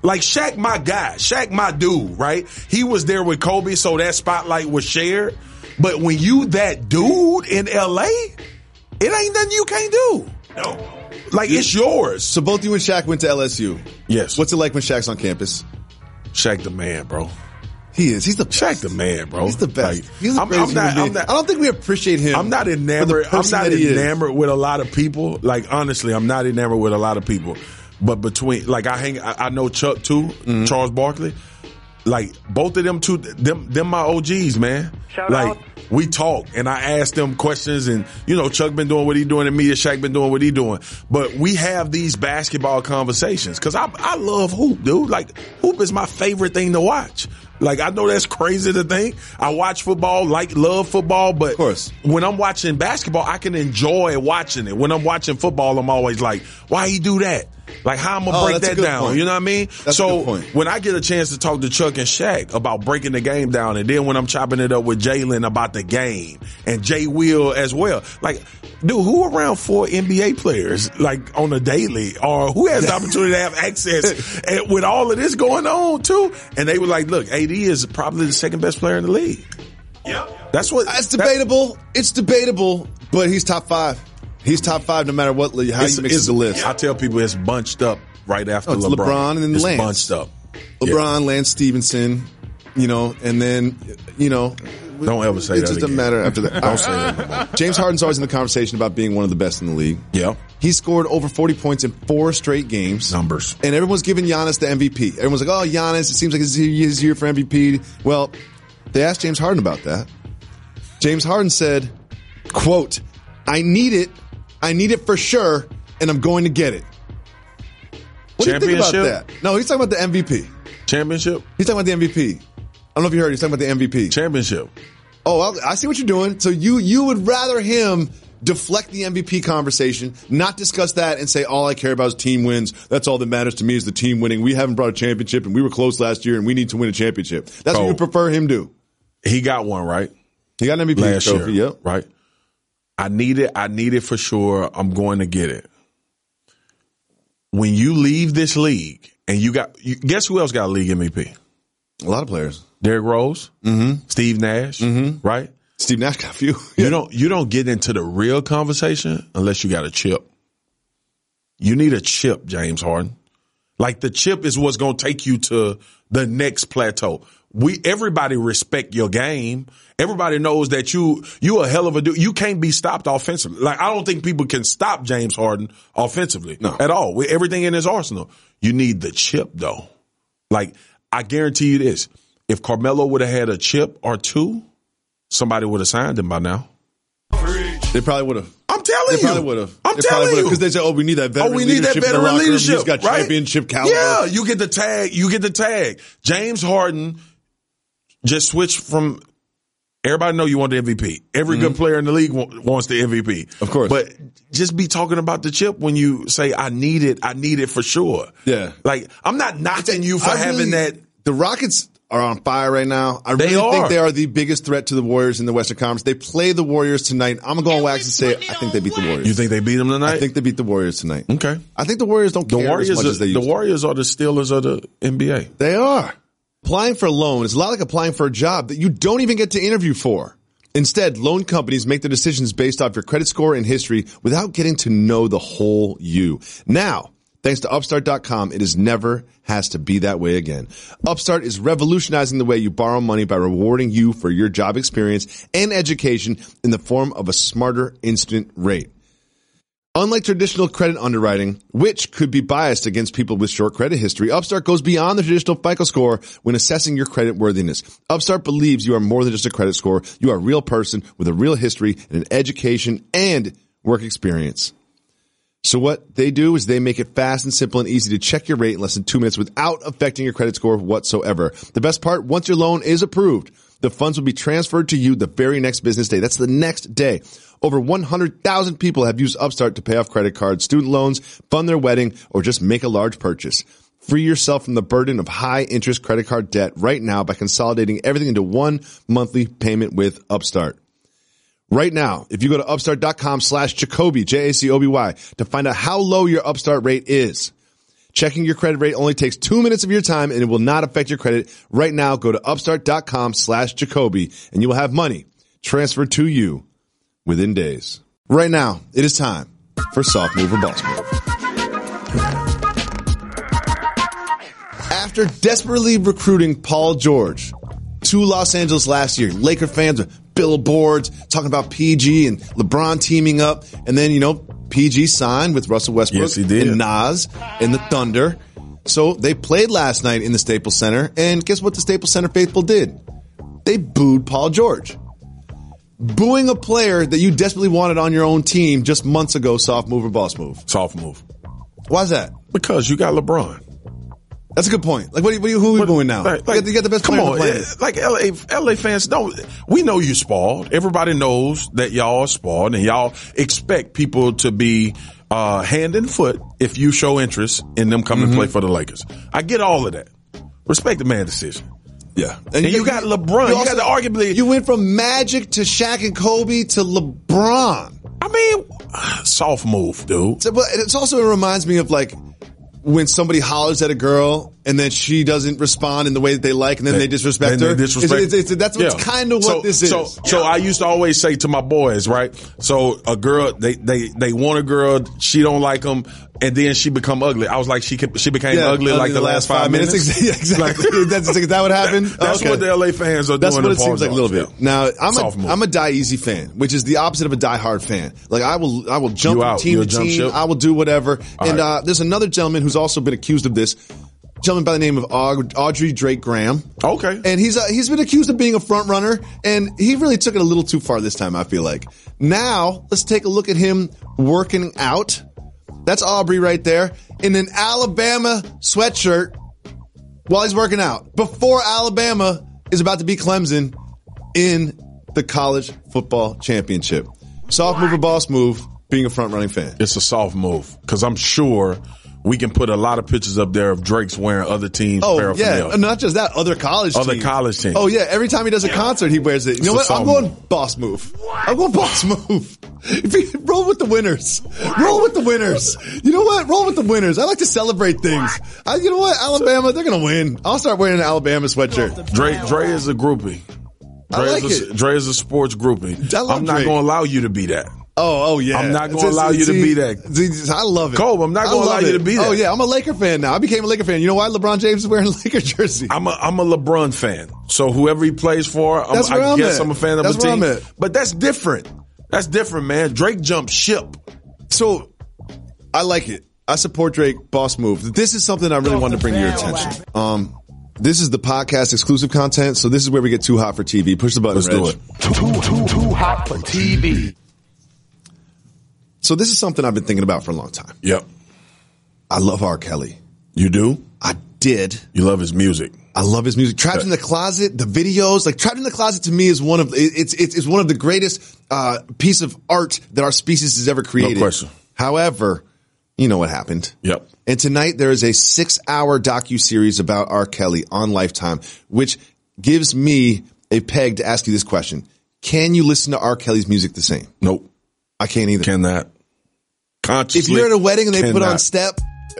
Like Shaq, my guy, Shaq, my dude, right? He was there with Kobe, so that spotlight was shared. But when you that dude in LA, it ain't nothing you can't do. No, like it's yours.
So both you and Shaq went to LSU.
Yes.
What's it like when Shaq's on campus?
Shaq the man, bro.
He is. He's the
Shaq the man, bro.
He's the best.
Like,
he's the
I'm-
greatest
I'm not-
human being.
I'm not-
I don't think we appreciate him.
I'm
for
not
the
enamored. I'm
person
not
that he is.
enamored with a lot of people. Like honestly, I'm not enamored with a lot of people. But between, like I hang, I, I know Chuck too,
Mm-hmm.
Charles Barkley. Like both of them two, them them my OGs, man.
Shout
like
out.
we talk, and I ask them questions, and you know Chuck been doing what he doing, and me and Shaq been doing what he doing. But we have these basketball conversations because I I love hoop, dude. Like hoop is my favorite thing to watch. Like I know that's crazy to think. I watch football, like love football, but
Of course.
when I'm watching basketball, I can enjoy watching it. When I'm watching football, I'm always like, why he do that? Like how I'm gonna
Oh,
break
that's a
that
good
down?
point.
You know what I mean?
That's a
so
good point.
when I get a chance to talk to Chuck and Shaq about breaking the game down, and then when I'm chopping it up with Jalen about the game and Jay Will as well, like, dude, who around four NBA players like on a daily, or who has the opportunity to have access and with all of this going on too? And they were like, look, AD is probably the second best player in the league. Yeah, that's what
Uh, It's debatable. it's debatable, but he's top five. He's top five no matter what. How you
It's-
mix
it's-
the list.
I tell people it's bunched up right after
Oh, it's
LeBron.
LeBron and then
it's
Lance.
bunched up.
LeBron, Lance Stevenson, you know, and then you know,
Yeah. Don't ever say
it
that
just doesn't
again.
matter after that.
Don't say that. no more.
James Harden's always in the conversation about being one of the best in the league.
Yeah.
He scored over 40 points in four straight games.
Numbers.
And everyone's giving Giannis the MVP. Everyone's like, oh, Giannis, it seems like it's his year for MVP. Well, they asked James Harden about that. James Harden said, quote, I need it. I need it for sure. And I'm going to get it. What do you think about
Championship?
that? No, he's talking about the MVP.
Championship,
He's talking about the MVP. I don't know if you heard. He's talking about the MVP.
championship.
Oh, I, I see what you're doing. So you you would rather him deflect the MVP conversation, not discuss that, and say all I care about is team wins. That's all that matters to me is the team winning. We haven't brought a championship, and we were close last year, and we need to win a championship. That's what
Cold.
you prefer him do.
He got one right
He got an MVP
last
trophy.
year.
Yep.
Right. I need it. I need it for sure. I'm going to get it. When you leave this league, and you got, you, guess who else got a league MVP?
A lot of players.
Derrick Rose, mm-hmm. Steve Nash, mm-hmm. right?
Steve Nash got a few.
You don't you don't get into the real conversation unless you got a chip. You need a chip, James Harden. Like the chip is what's going to take you to the next plateau. We everybody respect your game. Everybody knows that you you a hell of a dude. You can't be stopped offensively. Like I don't think people can stop James Harden offensively
No.
at all. With everything in his arsenal, you need the chip though. Like I guarantee you this: if Carmelo would have had a chip or two, somebody would have signed him by now.
They probably would have.
I'm telling
They
you,
probably would have.
I'm
They probably
telling
would've,
you,
because they said, "Oh, we need that veteran.
oh, we need that
leadership in the
veteran
locker room.
leadership.
He's got
right?
championship caliber.
Yeah, you get the tag. You get the tag. James Harden just switched from. Everybody know you want the MVP. Every good player in the league wa- wants the MVP,
Of course.
But just be talking about the chip when you say, "I need it. I need it for sure."
Yeah.
like I'm not knocking you for
I really-
having that.
The Rockets are on fire right now. I
They
really think
are.
they are the biggest threat to the Warriors in the Western Conference. They play the Warriors tonight. I'm going to go on
And
wax
we
and say
putting
I
it
think they
on
beat the
wax.
Warriors.
You think they beat them tonight?
I think they beat the Warriors tonight.
okay.
I think the Warriors don't
The
care as
Warriors,
much
are,
as they
the
used to.
Warriors are the Steelers of the NBA.
They are. Applying for a loan is a lot like applying for a job that you don't even get to interview for. Instead, loan companies make their decisions based off your credit score and history without getting to know the whole you. Now, thanks to Upstart.com, it is never has to be that way again. Upstart is revolutionizing the way you borrow money by rewarding you for your job experience and education in the form of a smarter instant rate. Unlike traditional credit underwriting, which could be biased against people with short credit history, Upstart goes beyond the traditional FICO score when assessing your credit worthiness. Upstart believes you are more than just a credit score. You are a real person with a real history and an education and work experience. So what they do is they make it fast and simple and easy to check your rate in less than two minutes without affecting your credit score whatsoever. The best part, once your loan is approved, the funds will be transferred to you the very next business day. That's the next day. Over 100,000 people have used Upstart to pay off credit cards, student loans, fund their wedding, or just make a large purchase. Free yourself from the burden of high interest credit card debt right now by consolidating everything into one monthly payment with Upstart. Right now, if you go to upstart.com slash Jacoby, J-A-C-O-B-Y, to find out how low your Upstart rate is. Checking your credit rate only takes two minutes of your time and it will not affect your credit. Right now, go to upstart.com slash Jacoby and you will have money transferred to you within days. Right now, it is time for soft move or boss move. After desperately recruiting Paul George to Los Angeles last year, Laker fans with billboards talking about PG and LeBron teaming up, and then you know PG signed with Russell Westbrook
Yes, he did.
and Nas and the Thunder. So they played last night in the Staples Center, and guess what the Staples Center faithful did? They booed Paul George. Booing a player that you desperately wanted on your own team just months ago, soft move or boss move.
Soft move.
Why's that?
Because you got LeBron.
That's a good point. Like, what? Are you, what are you, who are we booing now?
Like,
you, got, you got the best
come
player on,
on,
the planet.
eh, Like LA, LA fans don't. We know you spoiled. Everybody knows that y'all are spoiled, and y'all expect people to be uh, hand and foot if you show interest in them coming
Mm-hmm.
to play for the Lakers. I get all of that. Respect the man's decision.
Yeah,
And you got LeBron. You got the arguably-
you went from Magic to Shaq and Kobe to LeBron.
I mean, soft move, dude.
So, but it's also it reminds me of like when somebody hollers at a girl and then she doesn't respond in the way that they like, and then they, disrespect
They-
her.
they disrespect-
It's- it's- it's- that's what's
Yeah.
kind of what
So-
this is.
So, so I used to always say to my boys, right? So a girl, they they they want a girl, she don't like them, and then she become ugly. I was like, she ke- she became
Yeah,
ugly like the, last five, minutes.
Yeah, exactly. that's, is that what happened?
That's
Okay.
what the LA fans are
That's
doing.
what
to
it
Paul
seems like a
George,
little bit.
yeah.
Now I'm
Sophomore.
a, I'm a die easy fan, which is the opposite of a die hard fan. Like I will I will jump
You
from
out.
team
You'll
to
jump
team.
ship?
I will do whatever.
All
and
right.
uh, there's another gentleman who's also been accused of this. Gentleman by the name of Aud- Audrey Drake Graham.
Okay.
and he's uh, he's been accused of being a front runner, and he really took it a little too far this time. I feel like now let's take a look at him working out. That's Aubrey right there in an Alabama sweatshirt while he's working out before Alabama is about to beat Clemson in the college football championship. Soft move or boss move, being a front running fan.
it's a soft move because I'm sure we can put a lot of pictures up there of Drake's wearing other teams'
Oh
paraphernalia.
yeah, and not just that, other college,
Other
team.
college team.
Oh yeah, every time he does a concert, he wears it. You know
It's
what?
a
I'm
sophomore.
going boss move. I'm going boss move. Roll with the winners. Roll with the winners. You know what? Roll with the winners. I like to celebrate things. I, you know what? Alabama, they're gonna win. I'll start wearing an Alabama sweatshirt.
Dre, Dre is a groupie.
I
Dre,
like
is a,
it.
Dre is a sports groupie.
I love
I'm not
Drake.
going to allow you to be that.
Oh, oh yeah.
I'm not gonna
Just-
allow you to
see-
be that.
see, I love it.
Cole, I'm not
I
gonna allow
love
you
it.
to be that.
Oh yeah, I'm a Laker fan now. I became a Laker fan. You know why? LeBron James is wearing a Laker jersey.
I'm a I'm a LeBron fan. So whoever he plays for, I'm,
That's where
I
I'm
guess
at.
I'm a fan of
That's
a
where
team.
I'm at.
But that's different. That's different, man. Drake jumped ship.
So I like it. I support Drake boss move. This is something I really wanted to bring to your attention. Um, this is the podcast exclusive content. So this is where we get too hot for TV. Push the button.
Let's do
Reg.
it.
So this is something I've been thinking about for a long time.
Yep.
I love R. Kelly.
You do?
I did.
You love his music.
I love his music. Trapped in the Closet, the videos, like Trapped in the Closet to me is one of it- it's it's, it's one of the greatest uh, piece of art that our species has ever created.
question.
However, you know what happened.
Yep.
And tonight there is a six-hour docu series about R. Kelly on Lifetime, which gives me a peg to ask you this question: Can you listen to R. Kelly's music the same?
Nope.
I can't either.
Cannot. Consciously.
if you're at a wedding and they put on
cannot.
step,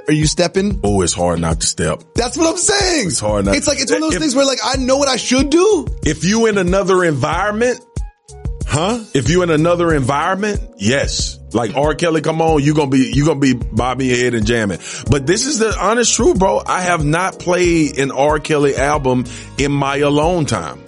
are you stepping?
Oh, it's hard not to step.
That's what I'm saying. It's
hard not-
It's like it's one of those
If-
things where like I know what I should do.
If you in another environment, huh? If you in another environment, yes. Like R. Kelly, come on, you gonna be you gonna be bobbing your head and jamming. But this is the honest truth, bro. I have not played an R. Kelly album in my alone time.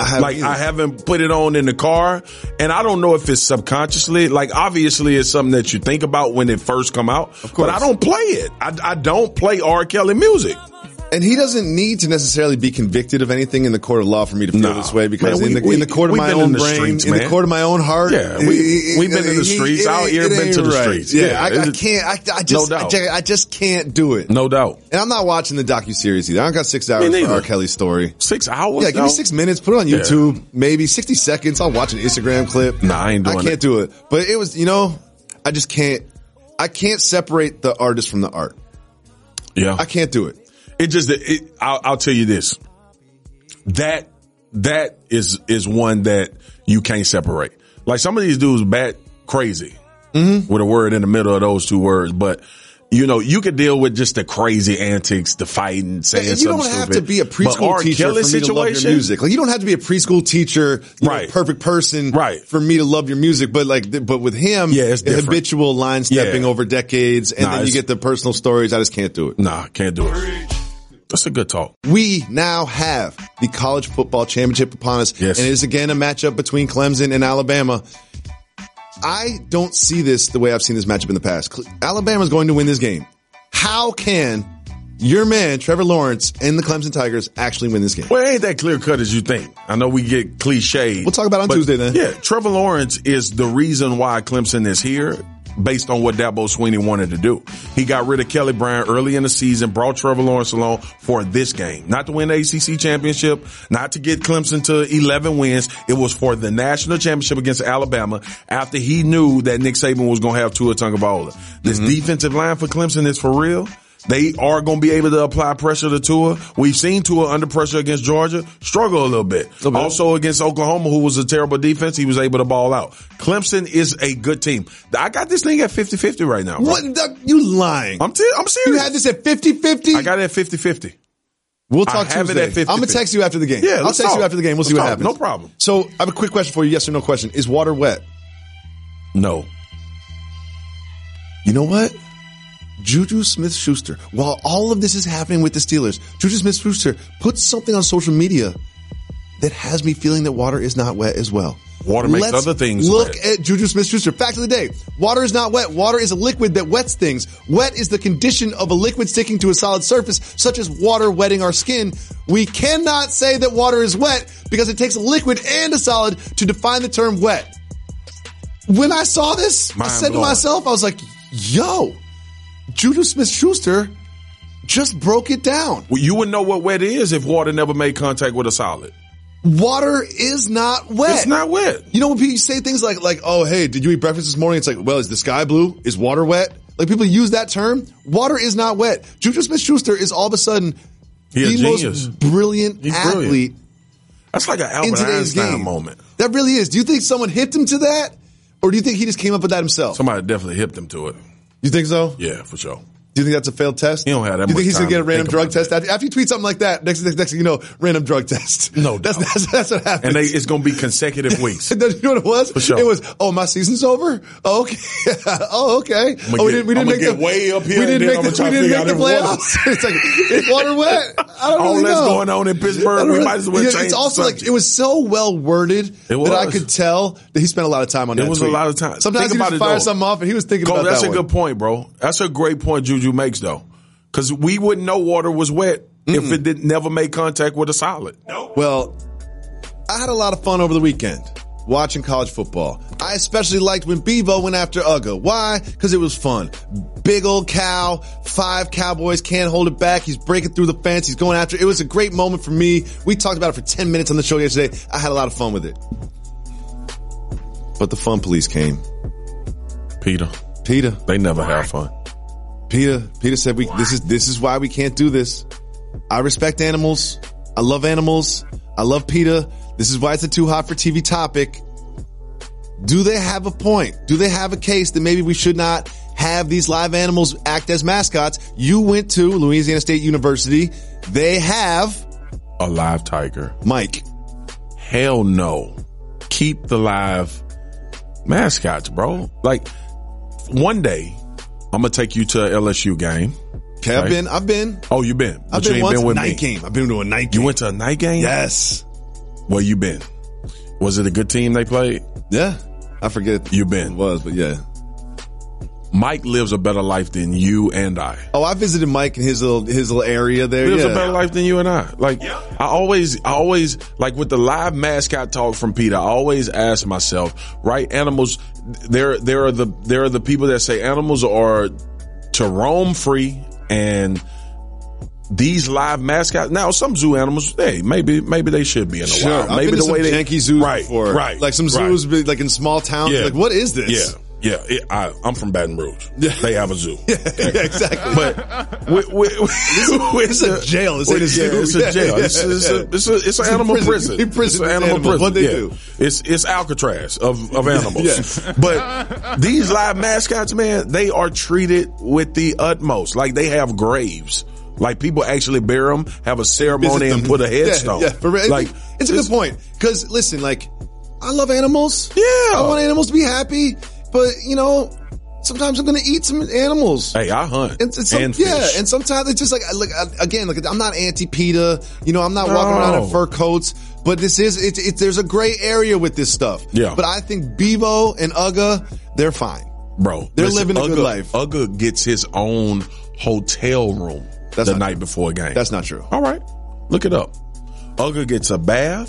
I have
Like I haven't put it on in the car, and I don't know if it's subconsciously. Like obviously, it's something that you think about when it first come out. Of
course.
but I don't play it. I, I don't play R. Kelly music.
And he doesn't need to necessarily be convicted of anything in the court of law for me to feel
Nah.
this way because
Man,
in,
we-
the,
we-
in the court of
we've
my
been in
own
the
brain,
streets,
in the
man.
court of my own heart,
Yeah, we-
it- it-
we've been in the
it-
streets.
it-
Our
it-
ear
it
been
ain't
to the
right.
streets.
Yeah,
Yeah,
I, I
it-
can't. I, I just,
No
I,
doubt.
ju- I just can't do it.
No doubt.
And I'm not watching the docu series either. I don't got six hours for
neither.
R. Kelly's story.
Six hours?
Yeah, give me
though?
six minutes. Put it on YouTube. Maybe sixty seconds. I'll watch an Instagram clip.
Nah, I ain't doing
I can't
it.
do it. But it was, you know, I just can't. I can't separate the artist from the art.
Yeah.
I can't do it.
It just it, I'll, I'll tell you this. That that is is one that you can't separate. Like some of these dudes bat crazy
Mm-hmm.
with a word in the middle of those two words, but you know you could deal with just the crazy antics, the fighting, saying
And you
something
don't have
stupid.
to be a
But
preschool
R.
teacher
Kelly
for me to love your music. Like you don't have to be a preschool teacher, you know,
Right.
perfect person,
Right.
for me to love your music. But like, th- but with him,
Yeah, it's
the
different.
habitual line stepping
Yeah.
over decades, and
Nah,
then you
it's-
get the personal stories. I just can't do it.
Nah, can't do it. That's a good talk.
We now have the college football championship upon us,
Yes.
and it is again a matchup between Clemson and Alabama. I don't see this the way I've seen this matchup in the past. Cle- Alabama's going to win this game. How can your man Trevor Lawrence and the Clemson Tigers actually win this game?
Well, it ain't that clear cut as you think. I know we get cliched.
We'll talk about it on
but
Tuesday then.
Yeah, Trevor Lawrence is the reason why Clemson is here based on what Dabo Sweeney wanted to do. He got rid of Kelly Bryant early in the season, brought Trevor Lawrence along for this game. Not to win the ACC championship, not to get Clemson to 11 wins. It was for the national championship against Alabama after he knew that Nick Saban was going to have Tua Tagovailoa. This
Mm-hmm.
defensive line for Clemson is for real. They are going to be able to apply pressure to Tua. We've seen Tua under pressure against Georgia struggle a little bit. Also against Oklahoma, who was a terrible defense, he was able to ball out. Clemson is a good team. I got this thing at 50-50 right now. Bro.
What the, you lying?
I'm, te- I'm
you
serious.
had this at 50-50?
I got it at 50-50.
We'll
I
talk
have it
Tuesday.
at 50.
I'm gonna text you after the game.
Yeah,
I'll
let's
text you
talk.
after the game. We'll
Let's
see what
talk.
happens.
No problem.
So I have a quick question for you. Yes or no question. Is water wet?
No.
You know what? Juju Smith Schuster, while all of this is happening with the Steelers, Juju Smith Schuster puts something on social media that has me feeling that water is not wet as well.
Water makes other things
Look
wet.
at Juju Smith Schuster. Fact of the day water is not wet. Water is a liquid that wets things. Wet is the condition of a liquid sticking to a solid surface, such as water wetting our skin. We cannot say that water is wet because it takes a liquid and a solid to define the term wet when I saw this, I
Mind
said
blown.
to myself, I was like, yo, Juju Smith Schuster just broke it down.
Well, you wouldn't know what wet is if water never made contact with a solid.
Water is not wet.
It's not wet.
You know when people say things like like, "Oh, hey, did you eat breakfast this morning?" It's like, "Well, is the sky blue? Is water wet?" Like people use that term. Water is not wet. Juju Smith Schuster is all of a sudden
He a
the
genius.
most brilliant
He's
athlete
brilliant. Oh, That's like an
in
Albert
today's
Einstein
game.
moment.
That really is. Do you think someone hipped him to that, or do you think he just came up with that himself?
Somebody definitely hipped him to it.
you think so?
Yeah, for sure.
Do you think that's a failed test?
He don't have that
Do you
much
think he's gonna
time
get a
to
random
think
drug
about
test?
that.
After, after you tweet something like that, next next next thing you know, random drug test.
No
that's
doubt.
that's, that's what happens.
And they, it's going to be consecutive weeks.
you know what it was?
For sure.
It was. Oh, my season's over. Oh, okay. oh, okay.
I'ma
oh, we
get-
didn't. We
I'ma
didn't make
get
the
way up here
We
and
didn't
then
make
I'ma
the, we
try to
didn't
figure
make the
out
playoffs. it's like is water wet. I don't
All
really
that's
know.
going on in Pittsburgh,
I don't
we
really-
might as well
Yeah,
change
It's
the
also like
subject.
it was so well worded
It
that I
was.
could tell that he spent a lot of time on
It
that.
was a
tweet.
lot of time.
Sometimes
Think
he
about
would
it,
fire
though.
something off, and he was thinking
Cole,
about
that's
that
a
one.
good point, bro. That's a great point Juju makes though, because we wouldn't know water was wet if it didn't never make contact with a solid.
Well, I had a lot of fun over the weekend watching college football. I especially liked when Bevo went after Uga. Why? Because it was fun. Big old cow, five cowboys, can't hold it back. He's breaking through the fence. He's going after it. It was a great moment for me. We talked about it for 10 minutes on the show yesterday. I had a lot of fun with it. But the fun police came.
Peter,
Peter,
they never have fun.
Peter, Peter said we this is this is why we can't do this. I respect animals. I love animals. I love Peter. This is why it's a too hot for TV topic. Do they have a point? Do they have a case that maybe we should not have these live animals act as mascots? You went to Louisiana State University. They have
A live tiger?
Mike.
Hell no. Keep the live mascots, bro. Like one day, I'm gonna take you to a LSU game.
Okay, I've been, I've been,
Oh, you been?
I've
But you
been
ain't
once
been with
night
me.
game. I've been to a night game.
You went to a night game?
yes,
Where you been? Was it a good team they played?
yeah. I forget
You
it
been?
was, but yeah.
Mike lives a better life than you and I.
Oh, I visited Mike in his little his little area there.
lives
yeah.
a better life than you and I. Like I always, I always like with the live mascot talk from Peter. I always ask myself, right? Animals, there, there are the there are the people that say animals are to roam free and. These live mascots now, some zoo animals, hey, maybe maybe they should be in a
Sure,
wild.
I've
Maybe
been to
the
some
way they
janky zoos
right,
before.
right,
like some
right.
zoos, be like in small towns.
Yeah.
Like, what is this?
Yeah, yeah. It- I, I'm from Baton Rouge. They have a zoo.
yeah exactly.
But with, with, with,
it's a jail. It's
with-
in a zoo.
yeah, It's
Yeah,
a jail.
yeah,
It's, it's,
yeah.
a, it's, a, it's an
a
animal
prison.
prison.
You prison
It's an
with
animal
animals.
prison.
What they
yeah.
do.
It's it's Alcatraz of, of animals.
Yeah.
But these live mascots, man, they are treated with the utmost. Like they have graves. Like people actually bury them, have a ceremony,
Visit
and
them.
put a
Yeah,
headstone.
Yeah, for real.
Like
it's a good point. Because listen, like I love animals.
Yeah.
I want animals to be happy, but you know, sometimes I'm going to eat some animals.
Hey, I hunt
And,
and,
and some,
fish.
yeah, and sometimes it's just like, like uh, again, like I'm not anti PETA, you know, I'm not walking
No.
around in fur coats, but this is it's it's there's a gray area with this stuff.
Yeah.
but I think Bebo and Uga, they're fine.
bro.
They're living a good
Uga-
life.
Uga gets his own hotel room
That's
the
not
night before a game.
That's not true.
all right. Look it up. Uga gets a bath,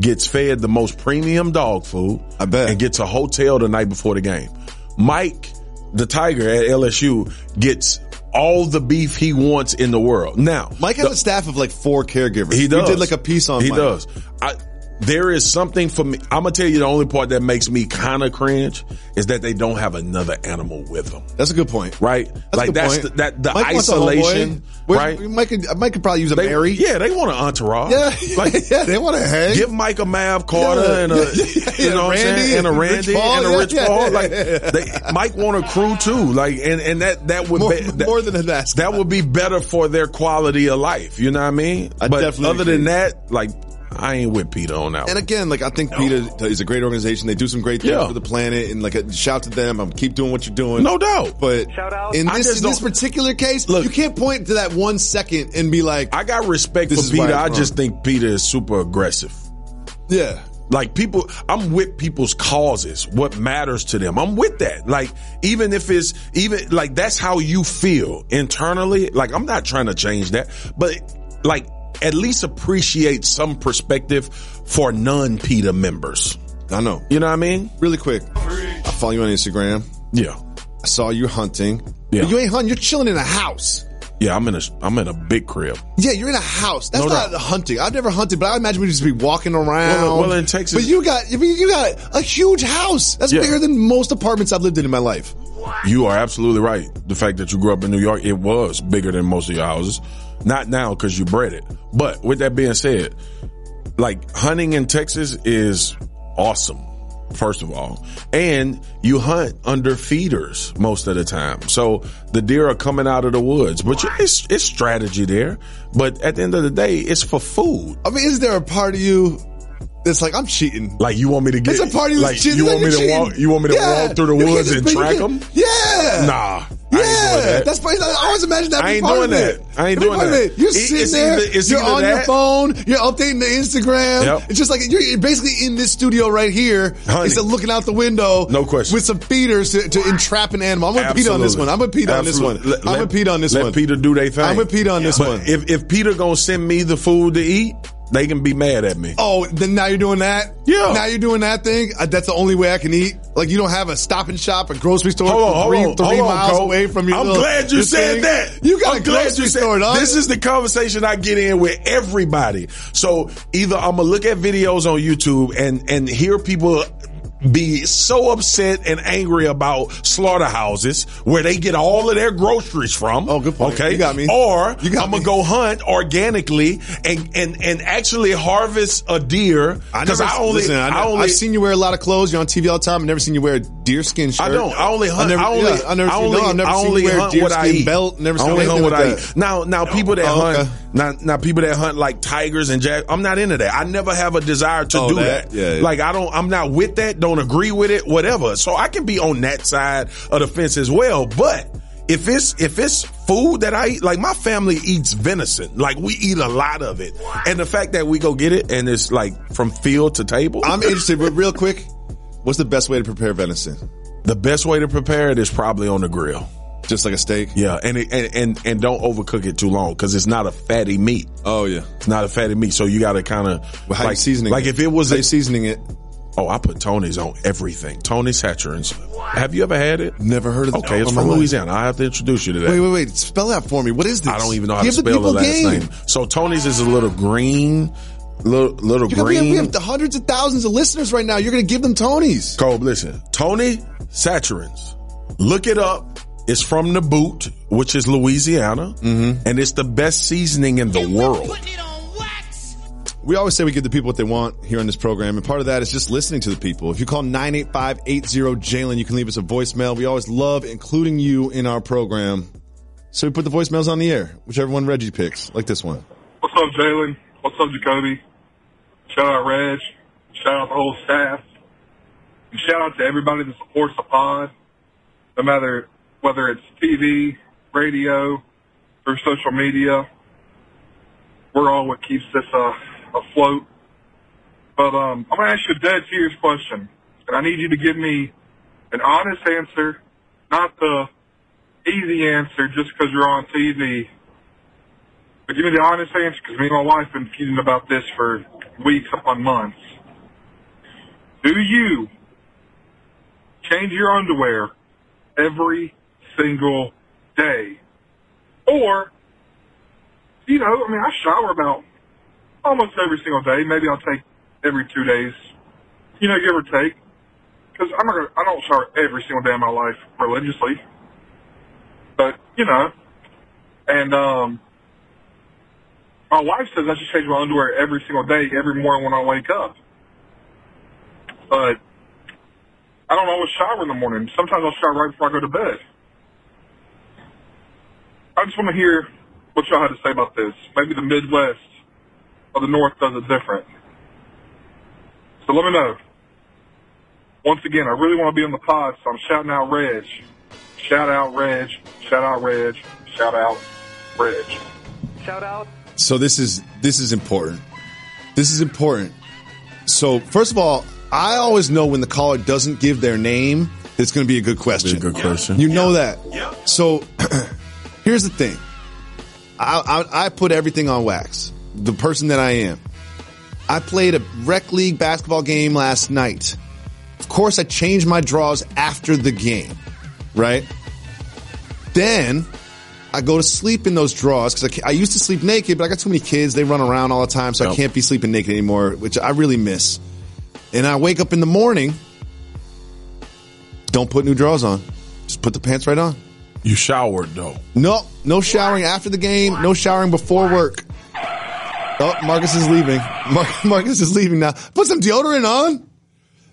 gets fed the most premium dog food.
I bet.
and gets a hotel the night before the game. Mike, the tiger at LSU, gets all the beef he wants in the world. Now,
Mike has a staff of like four caregivers.
he does.
We did like a piece on.
He
Mike.
does. I, there is something for me. I'm gonna tell you the only part that makes me kind of cringe is that they don't have another animal with them.
That's a good point.
Right?
a
like
good
that's
point.
the, that the
Mike wants a homeboy.
isolation.
Where's-
right?
Mike could, Mike could probably use a
They-
Mary.
Yeah, they want an entourage.
Yeah,
Like,
yeah, they want to hang.
Give Mike a Mav Carter
Yeah.
and a you
Yeah,
know what I'm
Randy
saying? and a
and Rich
Randy
Paul,
and a
yeah,
Rich
yeah,
Paul.
yeah,
Like
yeah.
they, Mike want a crew too. Like and and that that would
more,
be, that,
more than a mask.
that would be better for their quality of life. You know what I mean?
I
but
definitely
other than
agree.
that, like I ain't with Peter on that.
and
one.
again, like I think PETA is a great organization. They do some great things
Yeah.
for the planet, and like a, shout to them. I'm keep doing what you're doing.
no doubt.
But
Shout out.
in
I
this
just
in this
don't-
particular case,
Look.
you can't point to that one second and be like,
I got respect
This
for
is why
Peter.
it's
I just
wrong.
think Peter is super aggressive.
yeah,
Like people, I'm with people's causes, what matters to them. I'm with that. Like, even if it's, even, like, that's how you feel internally. Like, I'm not trying to change that, but like, at least appreciate some perspective for non-PETA members.
I know.
You know what I mean?
Really quick, I follow you on Instagram.
Yeah.
I saw you hunting.
Yeah.
But you ain't hunting. You're chilling in a house.
Yeah. I'm in a, I'm in a big crib.
Yeah, you're in a house. That's
No
not
doubt.
hunting. I've never hunted, but I imagine we'd just be walking around.
Well, well, in Texas-
but you got, I mean, you got a huge house. That's
Yeah.
bigger than most apartments I've lived in in my life.
You are absolutely right. The fact that you grew up in New York, it was bigger than most of your houses. Not now because you bred it. But with that being said, like hunting in Texas is awesome. First of all, and you hunt under feeders most of the time. So the deer are coming out of the woods, but you, it's, it's strategy there. But at the end of the day, it's for food.
I mean, is there a part of you that's like, I'm cheating?
Like you want me to get
It's a part of you that's
like
cheating.
you
Like,
want me
you're
to
cheating.
walk you want me to
Yeah.
walk through the
You can't
woods
just
and
be- you
track
can't-
them?
Yeah.
Nah.
Yeah,
I ain't doing that.
that's probably. I always imagine that.
I
be
ain't
part
doing
of
that.
it.
I ain't
Be
doing
part of
that.
it. You're
It-
sitting
it's
there.
either- it's
you're
either
on your
that-
phone. You're updating the Instagram.
Yep.
It's just like you're, you're basically in this studio right here.
Honey.
Instead of looking out the window.
No question.
With some feeders to, to entrap an animal. I'm with Peter on this one. I'm with Peter on this one.
Absolutely.
I'm with Peter on this
let
one.
Peter do their thing.
I'm with Peter on this
But
one.
If if Peter gonna send me the food to eat, they can be mad at me.
Oh, then now you're doing that.
Yeah.
Now you're doing that thing. Uh, that's the only way I can eat. Like you don't have a Stop and Shop, a grocery store,
Hold on,
three,
hold on,
three
hold on,
miles
Cole.
away from your.
I'm
little-
glad you
your
said
thing.
that.
You got
I'm
a grocery store, dog.
This is the conversation I get in with everybody. So either I'm gonna look at videos on YouTube and and hear people be so upset and angry about slaughterhouses where they get all of their groceries from.
Oh, good point.
Okay,
You got me.
Or
You got
I'm gonna
me.
go hunt organically and and and actually harvest a deer because I, only
listen, I,
I only
have seen you wear a lot of clothes. You're on TV all the time. I've never seen you wear a deerskin shirt.
I don't. I only hunt. I,
never,
only.
yeah, I never
I
seen,
only.
no, I've never
I
seen
only
you wear a
hunt what I
deerskin
eat.
belt. Never seen
I only
anything
hunt what
like
I
that.
eat. Now, now people that
Oh,
hunt,
okay.
now, now people that hunt like tigers and jack. I'm not into that. I never have a desire to
Oh,
do
that?
that.
Yeah, yeah.
Like I don't. I'm not with that. Don't agree with it. Whatever. So I can be on that side of the fence as well. But. If it's if it's food that I eat, like my family eats venison, like we eat a lot of it, and the fact that we go get it and it's like from field to table,
I'm interested, but real quick, what's the best way to prepare venison?
The best way to prepare it is probably on the grill.
Just like a steak.
Yeah, and it, and, and and don't overcook it too long because it's not a fatty meat.
Oh yeah.
It's not a fatty meat, so you got to kind of
Well, how you seasoning?
Like
it?
if it was
How
a,
you seasoning it.
oh, I put Tony's on everything. Tony's Hatcherins. Have you ever had it?
Never heard of that.
Okay, it's
Oh, my
from
God.
Louisiana. I have to introduce you to that.
Wait, wait, wait. Spell that for me. What is this?
I don't even know how
Give
to
the
spell the
people game.
last name. So Tony's is a little green, little little
You got- we,
green.
have, we have the hundreds of thousands of listeners right now. You're going to give them Tony's.
Kobe, listen. Tony Saturins. Look it up. It's from the boot, which is Louisiana,
Mm-hmm.
and it's the best seasoning in the world.
Putting it on wax.
We always say we give the people what they want here on this program, and part of that is just listening to the people. If you call 985-80-JALEN, you can leave us a voicemail. We always love including you in our program. So we put the voicemails on the air, whichever one Reggie picks, like this one.
What's up, Jalen? What's up, Jacoby? Shout out Reg. Shout out the whole staff. And shout out to everybody that supports the pod, no matter whether it's TV, radio, or social media. We're all what keeps this uh, afloat. But um, I'm going to ask you a dead serious question, and I need you to give me an honest answer, not the easy answer just because you're on TV. But give me the honest answer, because me and my wife have been feuding about this for weeks upon months. Do you change your underwear every single day? Or, you know, I mean, I shower about almost every single day. Maybe I'll take every two days, you know, give or take. Because I'm not gonna, I don't shower every single day of my life religiously. But, you know, and, um, my wife says I should change my underwear every single day, every morning when I wake up. But I don't always shower in the morning. Sometimes I'll shower right before I go to bed. I just want to hear what y'all had to say about this. Maybe the Midwest or the North does it different. So let me know. Once again, I really want to be on the pod, so I'm shouting out Reg. Shout out Reg. Shout out Reg. Shout out Reg.
So this is this is important. This is important. So first of all, I always know when the caller doesn't give their name, it's going to be a good question.
good question.
You know that. So here's the thing. I, I I put everything on wax. The person that I am. I played a rec league basketball game last night. Of course, I changed my draws after the game, right? Then I go to sleep in those draws because I, used to sleep naked, but I got too many kids. They run around all the time, so I
Yep.
can't be sleeping naked anymore, which I really miss. And I wake up in the morning. Don't put new draws on. Just put the pants right on.
You showered though.
No, no showering after the game. No showering before work. Oh, Marcus is leaving. Mar- Marcus is leaving now. Put some deodorant on.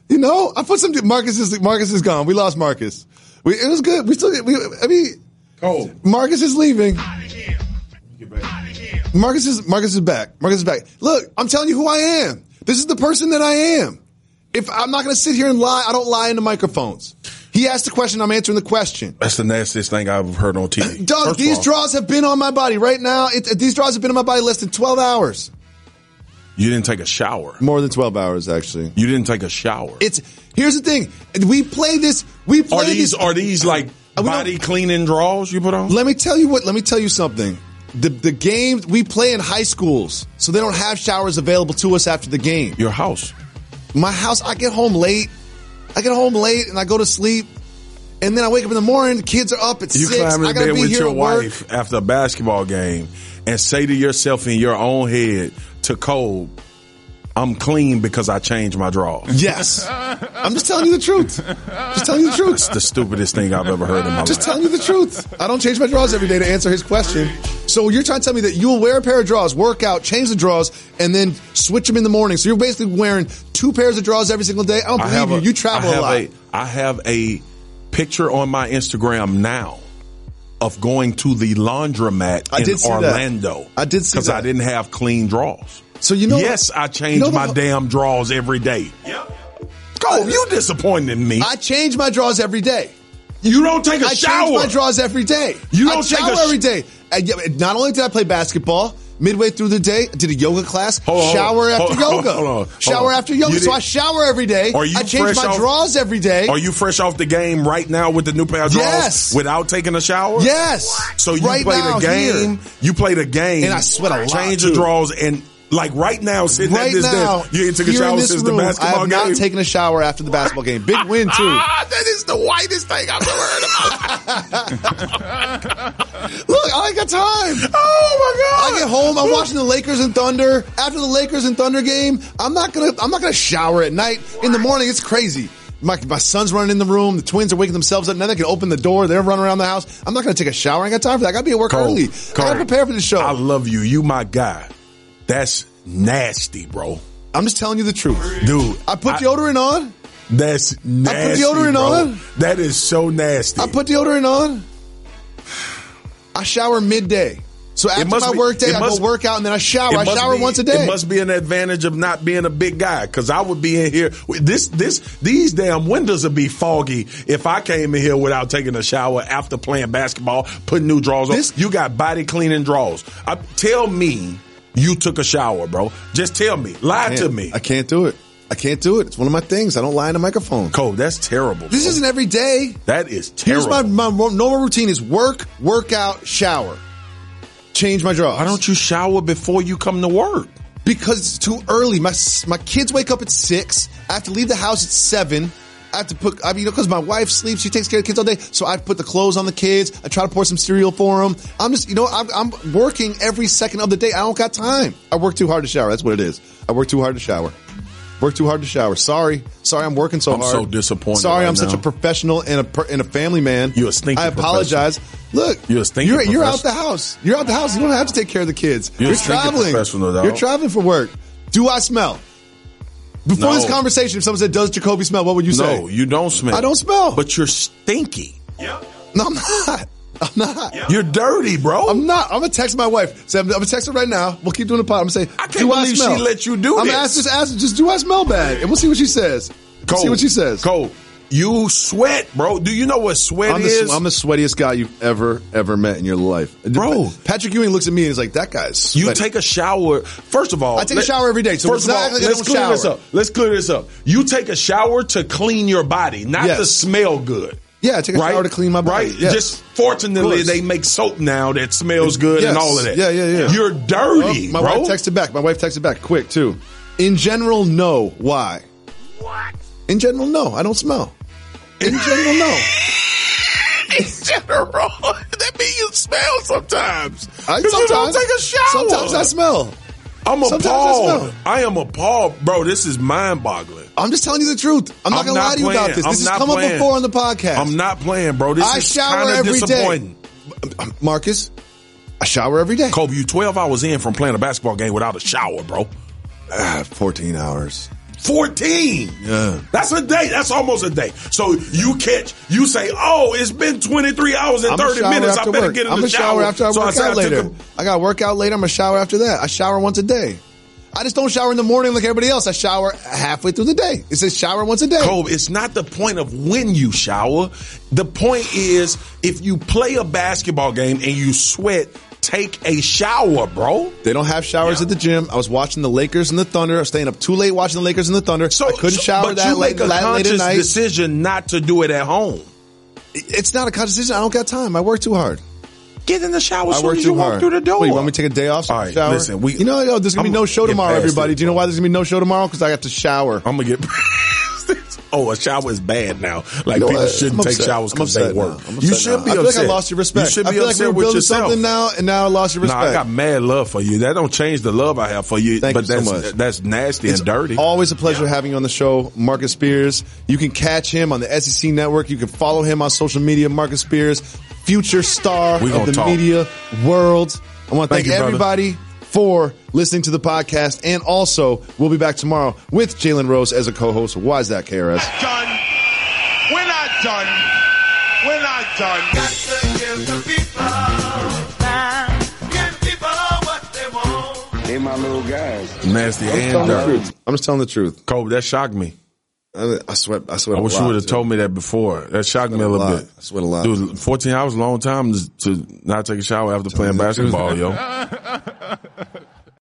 You know, I put some. De- Marcus is Marcus is gone. We lost Marcus. We, it was good. We still. We, I mean,
Oh,
Marcus is leaving. Marcus is Marcus is back. Marcus is back. Look, I'm telling you who I am. This is the person that I am. If I'm not going to sit here and lie, I don't lie into microphones. He asked the question. I'm answering the question.
that's the nastiest thing I've heard on TV.
Doug,
First of
these
all,
draws have been on my body right now. It, these draws have been on my body less than 12 hours.
You didn't take a shower.
More than 12 hours, actually.
You didn't take a shower.
It's here's the thing. We play this. We play
are these
this.
are these like
Uh, we don't-
body cleaning draws you put on?
Let me tell you what. Let me tell you something. The the games we play in high schools, so they don't have showers available to us after the game.
Your house.
My house, I get home late. I get home late and I go to sleep, and then I wake up in the morning. The kids are up at
You
six.
climb
I
in
gotta
bed
be
with
here
your
at work.
wife after a basketball game and say to yourself in your own head to Cole, I'm clean because I changed my draws.
Yes, I'm just telling you the truth. Just telling you the truth.
It's the stupidest thing I've ever heard in my
Just
life.
telling you the truth. I don't change my draws every day to answer his question. So you're trying to tell me that you will wear a pair of draws, work out, change the draws, and then switch them in the morning. So you're basically wearing two pairs of draws every single day. I don't
I
believe
have
you.
a,
you travel
I
a
have
lot.
I have a picture on my Instagram now of going to the laundromat
I
in
did see that.
Orlando.
I did see
because I
that.
didn't have clean draws.
So you know-
yes, I change
you know the
my
whole-
damn draws every day. Go, you disappointed me.
I change my draws every day.
you don't take a
I change
shower.
my draws every Uh, day.
You
I
don't take
shower
a sh-
every day. And yet- not only did I play basketball, midway through the day, did a yoga class,
Hold on,
shower
hold on,
after
hold on,
yoga,
hold on, hold on.
shower after
You
yoga. So
did-
I shower every day.
Are you
I change
fresh
my
off-
draws every day.
Are you fresh off the game right now with the new pair of drawers?
Yes.
Without taking a shower?
Yes.
So you
Right
play
now,
the game.
here.
You play the game.
And I sweat a lot,
Change
too.
the draws and like right now, sitting
right
at this
now,
desk, you ain't took a
here in
shower
this
since
room,
the
I
basketball
have
game.
not taken a shower after the basketball game. Big win too.
ah, that is the whitest thing I've ever heard about.
Look, I ain't got time.
oh my
I
god!
get home. I'm watching the Lakers and Thunder. After the Lakers and Thunder game, I'm not gonna. I'm not gonna shower at night. In the morning, it's crazy. My, my son's running in the room. The twins are waking themselves up. Now they can open the door. They're running around the house. I'm not gonna take a shower. I ain't got time for that. I gotta be at work
Cole,
early. I
Cole,
gotta prepare for the show.
I love you. You my guy. That's nasty, bro.
I'm just telling you the truth.
Dude,
I put deodorant on.
That's nasty.
deodorant
bro.
on.
That is so nasty.
I put deodorant on. I shower midday. So after
must
my
be-
work day,
it
I
must-
go work out and then I shower.
It
I
must
shower
be-
once a day.
It must be an advantage of not being a big guy, because I would be in here. with This, this, these damn windows would be foggy if I came in here without taking a shower after playing basketball, putting new drawers
This-
on. You got body cleaning drawers. I, tell me you took a shower, bro. Just tell me. Lie to
Man,
me.
I can't do it. I can't do it. It's one of my things. I don't lie in a microphone.
Cole, that's terrible.
This
bro.
isn't every day.
That is
Here's
terrible.
my, my ro- normal routine is work, workout, shower. Change my draws.
Why don't you shower before you come to work?
Because it's too early. My s- my kids wake up at six. I have to leave the house at seven. I have to put, I mean, you know, because my wife sleeps, she takes care of the kids all day. So I put the clothes on the kids. I try to pour some cereal for them. I'm just, you know, I'm, I'm working every second of the day. I don't got time. I work too hard to shower. That's what it is. I work too hard to shower. Work too hard to shower. Sorry, sorry, I'm working so
I'm
hard.
so disappointed
Sorry,
right
I'm such
now.
a professional and a per- and a family man.
You're a stinky
I apologize. Look,
You're a stinky
You're, you're out the
professional.
house. You're out the house. You don't have to take care of the kids.
You're a stinky
traveling.
professional, dog.
You're traveling for work. Do I smell? Before
No.
this conversation, if someone said, "Does Jacoby smell?" What would you say?
No, you don't smell.
I don't smell.
But you're stinky.
no, I'm not. I'm not.
You're dirty, bro.
I'm not. I'm gonna text my wife. So I'm, I'm gonna text her right now. We'll keep doing the pod. I'm gonna say,
I can't
do I
believe she
smell?
let you do
I'm
this.
gonna ask, just ask, her, just do I smell bad, and we'll see what she says. We'll see what she says.
Cole, you sweat, bro. Do you know what sweat
I'm the,
is?
I'm the sweatiest guy you've ever ever met in your life,
Bro.
Patrick Ewing looks at me and is like, "That guy's."
you
sweaty."
take a shower. First of all,
I take a shower every day, so it's
first of
not
all,
like I
let's
don't
clear this
shower.
up. Let's clear this up. You take a shower to clean your body, not
Yes.
to smell good.
Yeah, I take a
right?
shower to clean my body.
Right?
Yes.
Just fortunately,
Of course.
they make soap now that smells good
Yes.
and all of that.
Yeah, yeah, yeah.
You're dirty,
Oh, my
bro.
wife texted back. My wife texted back quick too. In general, no. Why? What? In general, no. I don't smell. In general, no.
general. that means you smell sometimes.
I
'Cause you don't
sometimes
take a shower.
Sometimes I smell.
I'm
Sometimes I
appalled.
smell.
I, am appalled, bro. This is mind boggling.
I'm just telling you the truth. I'm not
I'm
gonna
not
lie to you about
playing.
this.
I'm
This
not
has come up
playing.
before on the podcast.
I'm not playing, bro. This
I
is
shower
kind of
every day.
disappointing.
Marcus. I shower every day.
Kobe, you 12 hours in from playing a basketball game without a shower, bro.
Ah, 14 hours.
14.
Yeah.
That's a day. That's almost a day. So you catch, you say, oh, it's been 23 hours and
I'm
30 minutes. I better
work.
get in
I'm
the
gonna
shower.
shower after I
so
work
say
out
took
later.
a-
I gotta work out later. I'm gonna shower after that. I shower once a day. I just don't shower in the morning like everybody else. I shower halfway through the day. It says shower once a day.
Kobe, it's not the point of when you shower. The point is if you play a basketball game and you sweat, take a shower, bro.
They don't have showers at the gym. I was watching the Lakers and the Thunder. I was staying up too late watching the Lakers and the Thunder. So I couldn't
so-
shower
but
that
you
late,
make
late,
a
late at
conscious
night.
decision not to do it at home.
It's not a conscious decision. I don't got time. I work too hard.
Get in the shower as
I
soon
work
as
too
you walk
hard.
through the door.
Wait, you want me to take a day off? so I
All
can
right,
shower?
listen, we-
you know, yo, there's gonna
I'm
be no
gonna
show
get
tomorrow,
past
everybody.
this,
Do you know why there's gonna be no show tomorrow? Because I got to shower.
I'm gonna get. oh, a shower is bad now. Like
know
people
what?
shouldn't
I'm
take
upset.
showers
I'm
because they
upset
work.
now. I'm
You
upset
should
now.
be
I feel
upset.
like I lost your respect.
You should
I
be
feel like
upset
we were
with
building
yourself.
something now, and now I lost your
Nah,
respect.
I got mad love for you. That don't change the love I have for you.
Thank
but
you so
that's
much.
that's nasty
It's
and dirty.
Always a pleasure having you on the show, Marcus Spears. You can catch him on the SEC Network. You can follow him on social media, Marcus Spears, future star
We
of
gonna
the
talk.
media world. I want to thank,
Thank you, brother.
everybody for listening to the podcast, and also we'll be back tomorrow with Jalen Rose as a co-host. Why is that, KRS?
done. We're not done. We're not done. Got to give the people time. Give people what they want.
They my little guys.
nasty and
Telling the
dirty.
truth. I'm just telling the truth.
Kobe, that shocked me.
I, I sweat. I sweat.
I wish
a lot,
you would have
dude.
told me that before. That shocked me
a
a little
lot.
bit.
I sweat a lot.
Dude, 14 hours, a long time to not take a shower after playing
the truth.
basketball, yo.